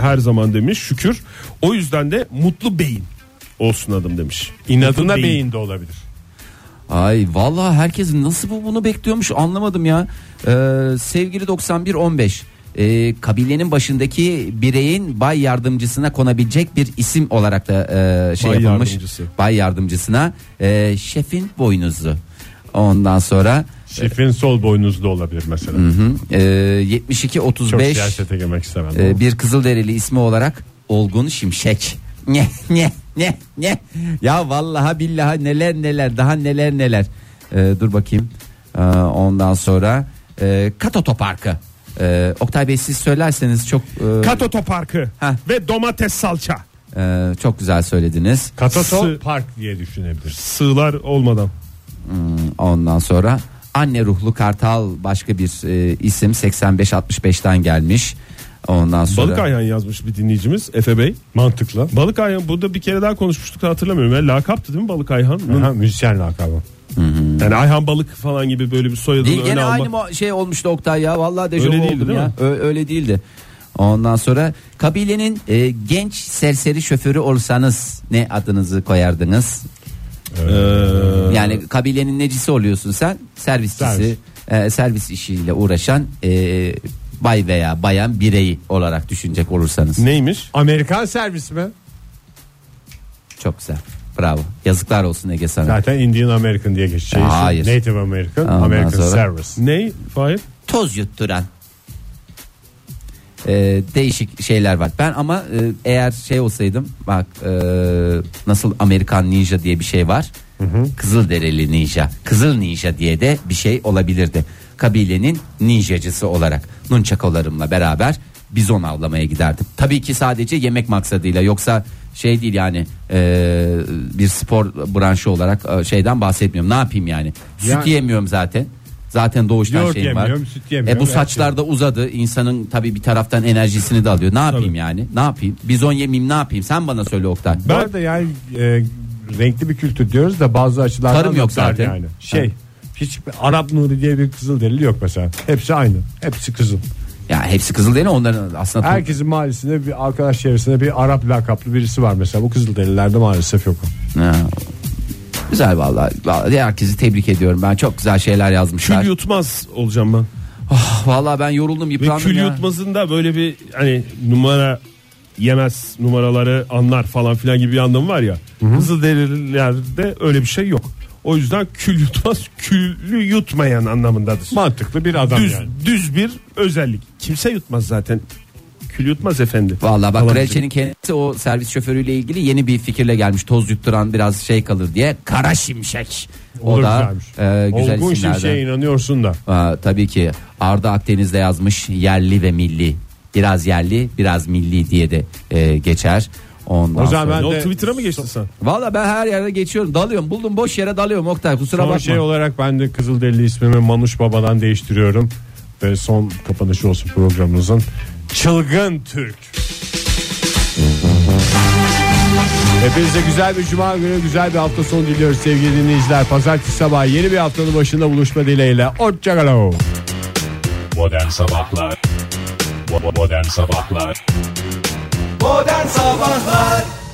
[SPEAKER 3] her zaman demiş. Şükür. O yüzden de mutlu beyin olsun adım demiş.
[SPEAKER 1] İnadına
[SPEAKER 3] Mutlu
[SPEAKER 1] beyin de olabilir.
[SPEAKER 4] Ay vallahi herkes nasıl bu bunu bekliyormuş anlamadım ya. Ee, sevgili 9115 ee, kabilenin başındaki bireyin bay yardımcısına konabilecek bir isim olarak da ee, şey
[SPEAKER 3] Bay
[SPEAKER 4] yapılmış.
[SPEAKER 3] yardımcısı.
[SPEAKER 4] Bay yardımcısına ee, şefin boynuzu. Ondan sonra
[SPEAKER 1] Şefin sol boynuzlu da olabilir mesela.
[SPEAKER 4] ee,
[SPEAKER 1] Çok
[SPEAKER 4] 7235
[SPEAKER 1] siyasete girmek istemem.
[SPEAKER 4] Ee, bir Kızılderili ismi olarak Olgun Şimşek. Ne ne ne ne. Ya vallahi billahi neler neler daha neler neler. Ee, dur bakayım. Ee, ondan sonra e, Kat Otoparkı. Ee, Oktay Bey siz söylerseniz çok e,
[SPEAKER 3] Kat otoparkı
[SPEAKER 4] Heh.
[SPEAKER 3] ve domates salça.
[SPEAKER 4] e, çok güzel söylediniz.
[SPEAKER 1] Kataso
[SPEAKER 3] Sı-
[SPEAKER 1] Park diye düşünebiliriz.
[SPEAKER 3] Sığlar olmadan.
[SPEAKER 4] Ondan sonra Anne Ruhlu Kartal başka bir e, isim 85-65'ten gelmiş. Ondan sonra
[SPEAKER 3] Balık ayhan yazmış bir dinleyicimiz Efe Bey.
[SPEAKER 1] Mantıklı.
[SPEAKER 3] Balık ayhan burada bir kere daha konuşmuştuk hatırlamıyorum. Ya. Lakaptı değil mi Balık ayhan'ın?
[SPEAKER 1] Aha, müzisyen lakabı.
[SPEAKER 3] Yani Ayhan Balık falan gibi böyle bir soyadını
[SPEAKER 4] Değil
[SPEAKER 3] öne
[SPEAKER 4] gene
[SPEAKER 3] almak.
[SPEAKER 4] aynı mu- şey olmuştu Oktay ya. Vallahi dejavu
[SPEAKER 3] Öyle
[SPEAKER 4] öyle
[SPEAKER 3] değildi, değil
[SPEAKER 4] ya.
[SPEAKER 3] mi?
[SPEAKER 4] Ö- öyle değildi. Ondan sonra kabilenin e, genç serseri şoförü olsanız ne adınızı koyardınız?
[SPEAKER 3] Ee,
[SPEAKER 4] Yani kabilenin necisi oluyorsun sen? Servisçisi, e, servis işiyle uğraşan e, bay veya bayan bireyi olarak düşünecek olursanız.
[SPEAKER 3] Neymiş?
[SPEAKER 1] Amerikan servis mi?
[SPEAKER 4] Çok güzel. Bravo. Yazıklar olsun Ege sana.
[SPEAKER 1] Zaten Indian American diye geçecek.
[SPEAKER 4] Hayır.
[SPEAKER 1] Native American,
[SPEAKER 4] Ondan
[SPEAKER 1] American
[SPEAKER 4] sonra-
[SPEAKER 1] Service.
[SPEAKER 3] Ney? Fahir?
[SPEAKER 4] toz yutturan Ee, değişik şeyler var. Ben ama e, eğer şey olsaydım bak e, nasıl Amerikan Ninja diye bir şey var. Kızılderili Ninja, Kızıl Ninja diye de bir şey olabilirdi. Kabilenin ninjacısı olarak nunçakolarımla beraber bizon avlamaya giderdim. Tabii ki sadece yemek maksadıyla yoksa şey değil yani e, bir spor branşı olarak e, şeyden bahsetmiyorum. Ne yapayım yani? Süt
[SPEAKER 1] Yani-
[SPEAKER 4] yemiyorum zaten. Zaten doğuştan
[SPEAKER 1] Yoğurt
[SPEAKER 4] şeyim var.
[SPEAKER 1] yemiyorum, süt yemiyorum.
[SPEAKER 4] E bu
[SPEAKER 1] Her
[SPEAKER 4] saçlar da uzadı. İnsanın tabii bir taraftan enerjisini de alıyor. Ne yapayım
[SPEAKER 3] Tabii.
[SPEAKER 4] yani? Ne yapayım? Bizon yemeyeyim ne yapayım? Sen bana söyle Oktay.
[SPEAKER 1] Bu arada yani e, renkli bir kültür diyoruz da bazı açılardan
[SPEAKER 4] Tarım
[SPEAKER 1] da
[SPEAKER 4] yok
[SPEAKER 1] dar
[SPEAKER 4] zaten.
[SPEAKER 1] Yani. Şey hiç Arap Nuri diye bir kızıl derili yok mesela. Hepsi aynı. Hepsi kızıl.
[SPEAKER 4] Ya hepsi kızıl değil mi? Onların aslında
[SPEAKER 1] Herkesin mahallesinde bir arkadaş çevresinde bir Arap lakaplı birisi var mesela. Bu kızıl derilerde maalesef yok.
[SPEAKER 4] Ha. Güzel vallahi. Vallahi herkesi tebrik ediyorum. Ben çok güzel şeyler yazmışlar.
[SPEAKER 3] Kül yutmaz olacağım ben.
[SPEAKER 4] Ah, vallahi ben yoruldum,
[SPEAKER 3] Ve
[SPEAKER 4] yıprandım
[SPEAKER 3] kül
[SPEAKER 4] ya.
[SPEAKER 3] yutmazında böyle bir hani numara yemez numaraları anlar falan filan gibi bir anlamı var ya. Hızlı delirlerde öyle bir şey yok. O yüzden kül yutmaz külü yutmayan anlamındadır.
[SPEAKER 1] Mantıklı bir adam
[SPEAKER 3] düz,
[SPEAKER 1] yani.
[SPEAKER 3] düz bir özellik. Kimse yutmaz zaten. Kül yutmaz efendi.
[SPEAKER 4] Vallahi bak
[SPEAKER 3] Falan
[SPEAKER 4] kraliçenin kendisi o servis şoförüyle ilgili yeni bir fikirle gelmiş. Toz yutturan biraz şey kalır diye. Kara Şimşek. O
[SPEAKER 1] Olur
[SPEAKER 4] da
[SPEAKER 1] güzelmiş.
[SPEAKER 4] e, güzel
[SPEAKER 1] Olgun
[SPEAKER 4] isimlerden.
[SPEAKER 1] Şimşek'e inanıyorsun da.
[SPEAKER 4] Aa, Ee, tabii ki Arda Akdeniz'de yazmış yerli ve milli. Biraz yerli biraz milli diye de e, geçer. Ondan
[SPEAKER 1] O zaman
[SPEAKER 4] sonra...
[SPEAKER 1] ben
[SPEAKER 3] Ne o
[SPEAKER 1] de
[SPEAKER 3] Twitter'a mı geçtin sen?
[SPEAKER 4] Valla ben her yerde geçiyorum dalıyorum buldum boş yere dalıyorum Oktay kusura
[SPEAKER 1] son
[SPEAKER 4] bakma.
[SPEAKER 1] şey olarak ben de Kızılderili ismimi Manuş Baba'dan değiştiriyorum. Ve son kapanışı olsun programımızın. Çılgın Türk. Hepinize güzel bir cuma günü, güzel bir hafta sonu diliyoruz sevgili dinleyiciler. Pazartesi sabahı yeni bir haftanın başında buluşma dileğiyle. Hoşçakalın.
[SPEAKER 8] Modern Sabahlar Bo- Modern Sabahlar
[SPEAKER 9] Modern Sabahlar